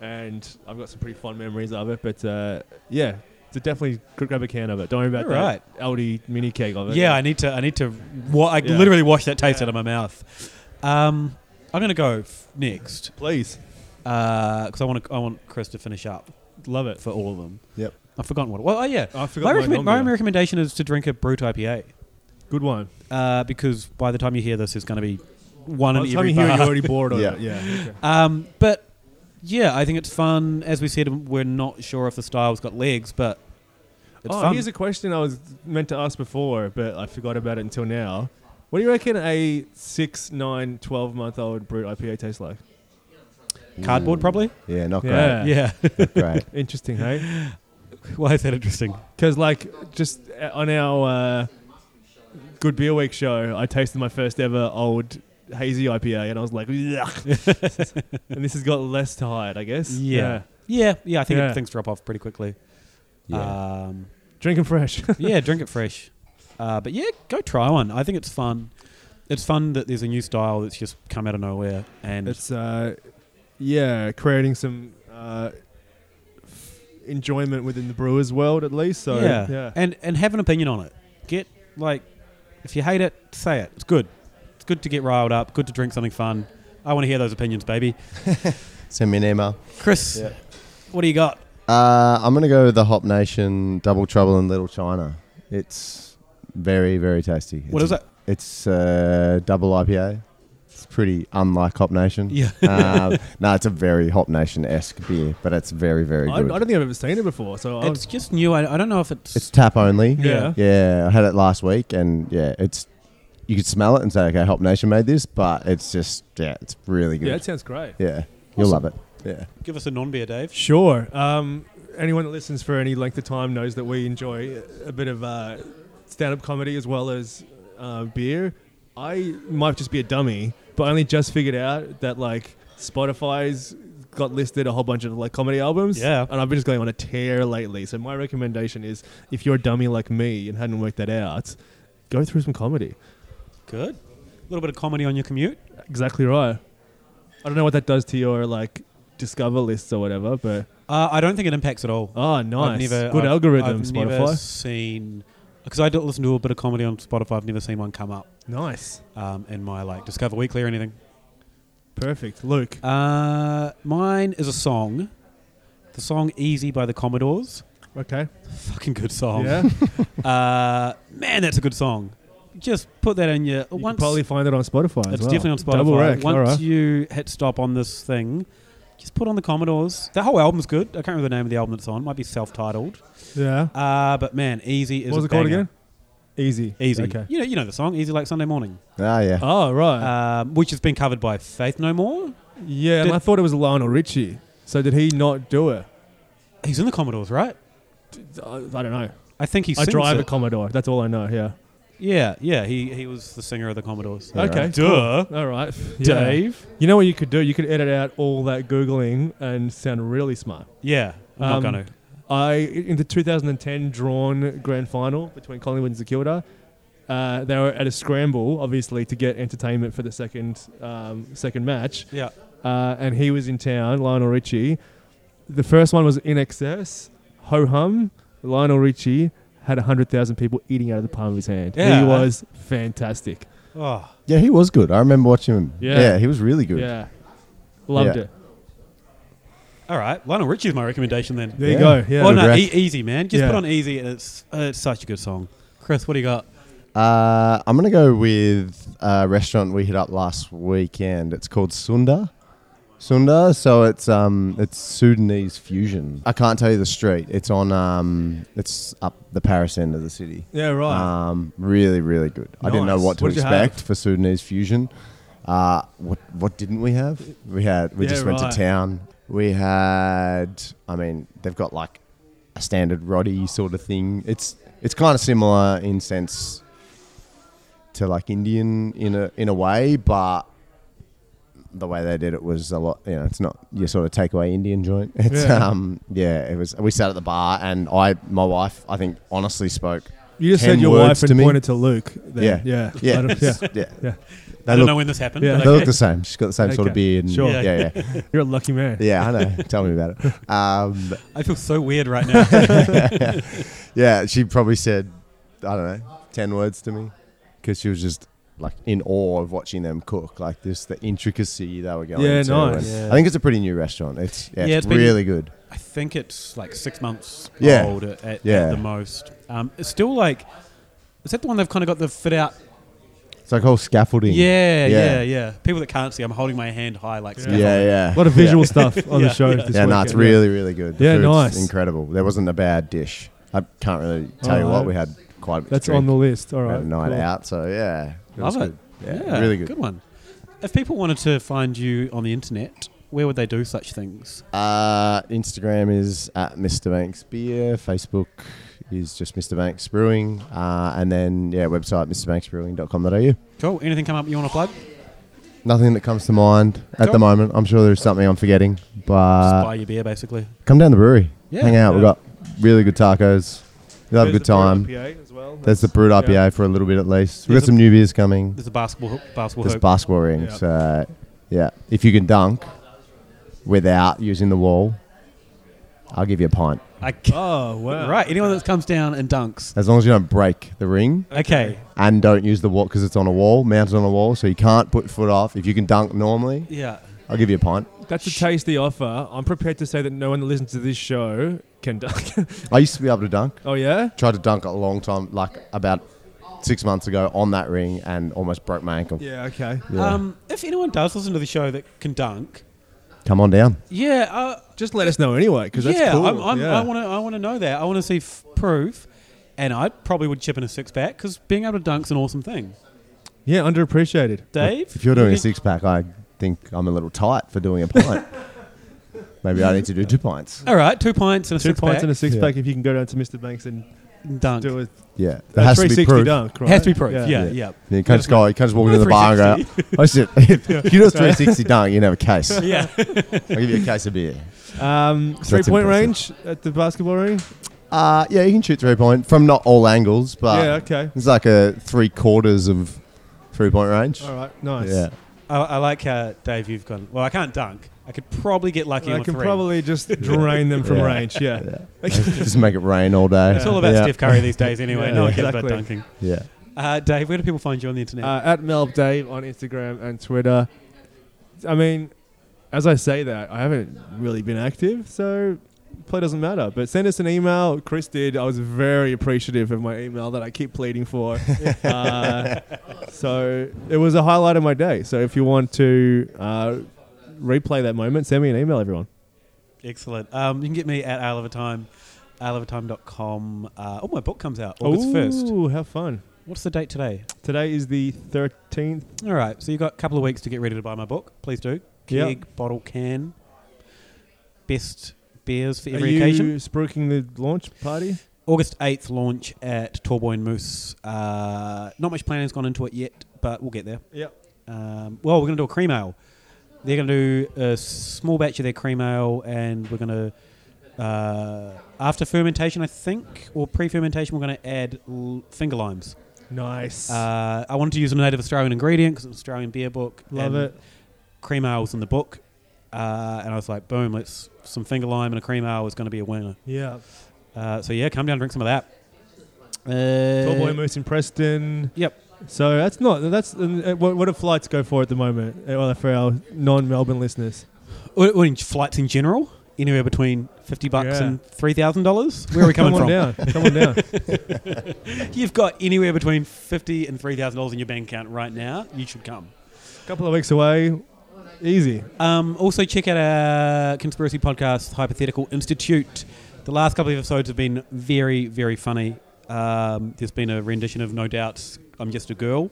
and I've got some pretty fond memories of it, but uh, yeah, so definitely g- grab a can of it. Don't worry about
All
that Aldi mini keg of it.
yeah, I need to, I need to. Wa- I
Yeah.
literally wash that taste
Yeah.
out of my mouth. Um, I'm gonna go f- next
Please.
because I want to, I want Chris to finish up
Love it.
for all of them.
Yep.
I've forgotten what. Well, oh yeah.
I forgot
My,
my,
recommend, my
non-beer.
recommendation is to drink a brute IPA
Good one.
uh, because by the time you hear this, it's going to be one
By
in
the time
every
you hear, it,
bar.
you're already bored of
Yeah.
it. Yeah. Oh, okay.
Um, but yeah, I think it's fun. As we said, we're not sure if the style's got legs, but it's
oh,
fun.
here's a question I was meant to ask before, but I forgot about it until now. What do you reckon a 6, 9, 12 month old brute IPA tastes like?
Cardboard, probably.
Yeah, not
Yeah.
Yeah.
great. Great.
Interesting, hey?
Why is that interesting?
Because, like, just uh, on our uh, Good Beer Week show, I tasted my first ever old hazy IPA and I was like, yuck. and this has got less tired, I guess.
Yeah. Yeah, yeah. I think
Yeah.
things drop off pretty quickly.
Yeah.
Um,
Drinking fresh.
yeah, drink it fresh. Uh, but yeah, go try one. I think it's fun. It's fun that there's a new style that's just come out of nowhere, and
It's uh, yeah, creating some uh, f- enjoyment within the brewers world at least. So
yeah.
yeah,
and and have an opinion on it. Get like, if you hate it, say it. It's good. It's good to get riled up. Good to drink something fun. I want to hear those opinions, baby.
Send me an email.
Chris,
Yeah.
what do you got?
Uh, I'm going to go with the Hop Nation Double Trouble in Little China. It's very, very tasty.
What
It's
is it?
It's uh, double IPA. It's pretty unlike Hop Nation.
Yeah.
um, no, it's a very Hop Nation esque beer, but it's very, very
I, I
good.
don't think I've ever seen it before. So I
It's
was,
just new. I, I don't know if it's.
it's tap only.
yeah.
Yeah, I had it last week, and yeah, it's you could smell it and say, okay, Hop Nation made this, but it's just yeah, it's really
Yeah, it
good.
sounds great.
Yeah, you'll
Awesome.
love it. Yeah,
give us a non beer, Dave.
Sure. Um, anyone that listens for any length of time knows that we enjoy a bit of uh, stand-up comedy as well as uh, beer. I might just be a dummy, but I only just figured out that like Spotify's got listed a whole bunch of like comedy albums.
Yeah.
And I've been just going on a tear lately. So my recommendation is if you're a dummy like me and hadn't worked that out, go through some comedy.
Good. A little bit of comedy on your commute.
Exactly right. I don't know what that does to your like discover lists or whatever, but
Uh, I don't think it impacts at all.
oh, nice,
I've never,
good
I've-
algorithm,
I've
Spotify.
Never seen because I don't listen to a bit of comedy on Spotify. I've never seen one come up
Nice.
um, in my like Discover Weekly or anything.
Perfect. Luke.
Uh, mine is a song. The song "Easy" by the Commodores.
Okay.
Fucking good song.
Yeah. Oh. you
Uh, man, that's a good song. Just put that in your.
can
once
probably find it on Spotify. as
it's
well.
definitely on Spotify.
Double rec.
Once
All right.
you hit stop on this thing, just put on the Commodores. The whole album's good. I can't remember the name of the album that's on. Might be self-titled.
yeah.
Uh, but man, "Easy" is.
What was
a
it called
banger.
again? Easy.
Easy.
Okay.
You know, you know the song "Easy Like Sunday Morning,"
ah, yeah.
Oh, right.
um, which has been covered by Faith No More.
yeah.
did-
and I thought it was Lionel Richie. So did he not do it?
He's in the Commodores, right?
I, I don't know.
I think he
I
sings
drive
it.
a Commodore. That's all I know. Yeah.
yeah, yeah. He he was the singer of the Commodores.
Yeah,
okay.
right.
Duh,
All right. Yeah.
Dave.
You know what you could do? You could edit out all that googling and sound really smart.
Yeah, I'm not
Um,
gonna.
I in the 2010 drawn grand final between Collingwood and Zakilda. Uh, they were at a scramble, obviously, to get entertainment for the second um, second match,
Yeah,
uh, and he was in town, Lionel Richie. The first one was in excess, ho hum. Lionel Richie had hundred thousand people eating out of the palm of his hand.
Yeah.
He was fantastic.
oh,
Yeah, he was good. I remember watching him.
Yeah.
Yeah, he was really good.
Yeah, loved
Yeah.
it.
all right. Lionel Richie's my recommendation then.
There
Yeah.
you go. Yeah,
oh
Good
no,
rec.
e- easy man. Just
Yeah.
put on easy, and it's uh, it's such a good song. Chris, what do you got?
Uh, I'm gonna go with a restaurant we hit up last weekend. It's called Sunda. Sunda, so it's um, it's Sudanese fusion. I can't tell you the street. It's on um, it's up the Paris end of the city.
yeah, right.
Um, really, really good. I didn't know
Nice.
what to
What did you have?
expect for Sudanese fusion. Uh, what what didn't we have? We had we
Yeah,
just went
right.
to town. We had I mean they've got like a standard roddy sort of thing. It's it's kind of similar in sense to like Indian in a in a way, but the way they did it was a lot. You know, it's not your sort of takeaway Indian joint. It's
Yeah.
um yeah. It was. We sat at the bar, and I my wife I think honestly spoke
you just
10
said your
words
wife
to
and
me.
pointed to Luke. Then. Yeah, I
yeah,
don't- yeah.
yeah.
Yeah.
They
I don't know
look,
when this happened.
Yeah.
but
they look
okay.
the same. She's got the same sort
Okay.
of beard. And,
Sure.
Yeah, yeah, yeah.
You're a lucky man.
I know. Tell me about it. Um,
I feel so weird right now.
yeah, she probably said, I don't know, ten words to me because she was just like in awe of watching them cook, like this the intricacy they were going.
Yeah,
into.
nice.
And
Yeah.
I think it's a pretty new restaurant. It's yeah,
Yeah, it's
it's,
been-
really good.
I think it's like six months
Yeah.
old at, at,
Yeah.
at the most. Um, it's still like, is that the one they've kind of got the fit out?
It's like whole scaffolding.
Yeah, yeah, yeah,
Yeah.
People that can't see, I'm holding my hand high like.
yeah,
Yeah.
yeah.
A lot of visual stuff on
Yeah.
the show.
Yeah.
This
yeah, no,
weekend.
it's really, really good. The
Yeah,
food's
nice.
Incredible. There wasn't a bad dish. I can't really tell you
Alright.
what we had. Quite a bit
That's
to drink.
on the list. All
We
right.
had a night
cool.
out. So yeah, it
Love
was
it.
good. Yeah, really good.
Good one. If people wanted to find you on the internet, where would they do such things?
Uh, Instagram is at Mr Banks Beer. Facebook is just Mr Banks Brewing, uh, and then yeah, website mrbanksbrewing.com.au.
Cool. Anything come up you want to plug?
Nothing that comes to mind at
Cool.
the moment. I'm sure there's something I'm forgetting,
Just
but
buy your beer, basically.
come down the brewery,
Yeah.
Uh, hang out. We've
Yeah.
got really good tacos. You'll have a
There's the
good
brewed
time.
IPA as well.
There's the brewed
yeah.
IPA for a little bit at least. We've
There's
got some new beers coming.
There's a basketball hoop- basketball
There's
hoop.
basketball rings.
Yeah.
So, yeah, if you can dunk without using the wall, I'll give you a pint.
I c-
Oh wow!
right. Anyone that comes down and dunks.
As long as you don't break the ring
Okay.
and don't use the wall because it's on a wall, mounted on a wall, so you can't put foot off. If you can dunk normally,
Yeah.
I'll give you a pint.
That's a tasty offer. I'm prepared to say that no one that listens to this show can dunk.
I used to be able to dunk.
oh yeah.
Tried to dunk a long time, like about six months ago on that ring and almost broke my ankle.
Yeah, okay.
Yeah.
Um, if anyone does listen to the show that can dunk,
Come on down.
yeah, uh,
Just let us know anyway, because that's
yeah,
cool.
I'm, I'm,
yeah.
I want to. I want to know that. I want to see f- proof, and I probably would chip in a six pack because being able to dunk's an awesome thing.
yeah, underappreciated.
Dave,
If you're doing
you
a
can-
six pack, I think I'm a little tight for doing a pint. Maybe I need to do two pints.
all right, two pints and a
Two
six
pints
pack,
and a six
Yeah.
pack if you can go down to Mr. Banks and
dunk.
do it.
Yeah, there has to be proof.
dunk, right?
Has to be proof. Yeah, yeah.
Yeah. You can't just go. You can't just walk
Not
into the bar and go. I said, if you do a 360 dunk, you can have a case. I'll
Yeah.
give you a case of beer.
Um, three point range
impressive.
at the basketball ring.
Uh, yeah, you can shoot three point from not all angles, but
yeah, okay.
it's like a three quarters of three point range.
All right, Oh, nice.
Yeah,
I, I like uh, Dave. You've gone. Well, I can't dunk. I could probably get lucky. on
I
a
can
three.
probably just drain them from
Yeah.
range. Yeah.
just make it rain all day.
It's all about
yeah.
Steph Curry these days, anyway.
Yeah,
no one cares about
exactly.
dunking.
Yeah,
Uh, Dave, where do people find you on the internet?
Uh, at Melb Dave on Instagram and Twitter. I mean, as I say that, I haven't really been active, so play doesn't matter. But send us an email. Chris did. I was very appreciative of my email that I keep pleading for. uh, so it was a highlight of my day. So if you want to uh, replay that moment, send me an email, everyone.
Excellent. Um, you can get me at Isle of a Time, isleofatime.com. Uh, oh, my book comes out August first.
Ooh, how fun.
What's the date today?
Today is the 13th.
All right, so you got a couple of weeks to get ready to buy my book. Please do.
Yeah.
Keg, bottle, can. Best beers for
Are
every
you
occasion.
spruiking the launch party?
August eighth launch at Torboy and Moose. Uh, not much planning's gone into it yet, but we'll get there.
Yep.
Um, well, we're going to do a cream ale. They're going to do a small batch of their cream ale, and we're going to, uh, after fermentation, I think, or pre fermentation, we're going to add l- finger limes.
Nice.
Uh, I wanted to use a native Australian ingredient because it's an Australian beer book.
Love
and
it.
Cream ale's in the book. Uh, and I was like, boom, let's some finger lime and a cream ale is going to be a winner.
Yeah.
Uh, so yeah, come down and drink some of that. Uh,
Tall boy moose in Preston.
Yep.
So that's not that's uh, what, what do flights go for at the moment? Uh, Well, for our non-Melbourne listeners,
Uh, Or, or in flights in general, anywhere between fifty bucks
Yeah.
and three thousand dollars. Where are we
come
coming
on
from?
down, come on down.
You've got anywhere between fifty and three thousand dollars in your bank account right now. You should come.
couple of weeks away, easy.
Um, also, check out our conspiracy podcast, Hypothetical Institute. The last couple of episodes have been very, very funny. Um, there's been a rendition of No Doubt's "I'm Just a Girl"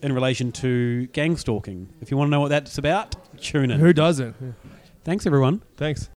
in relation to gang stalking. If you want to know what that's about, tune in.
Who doesn't?
Thanks, everyone.
Thanks.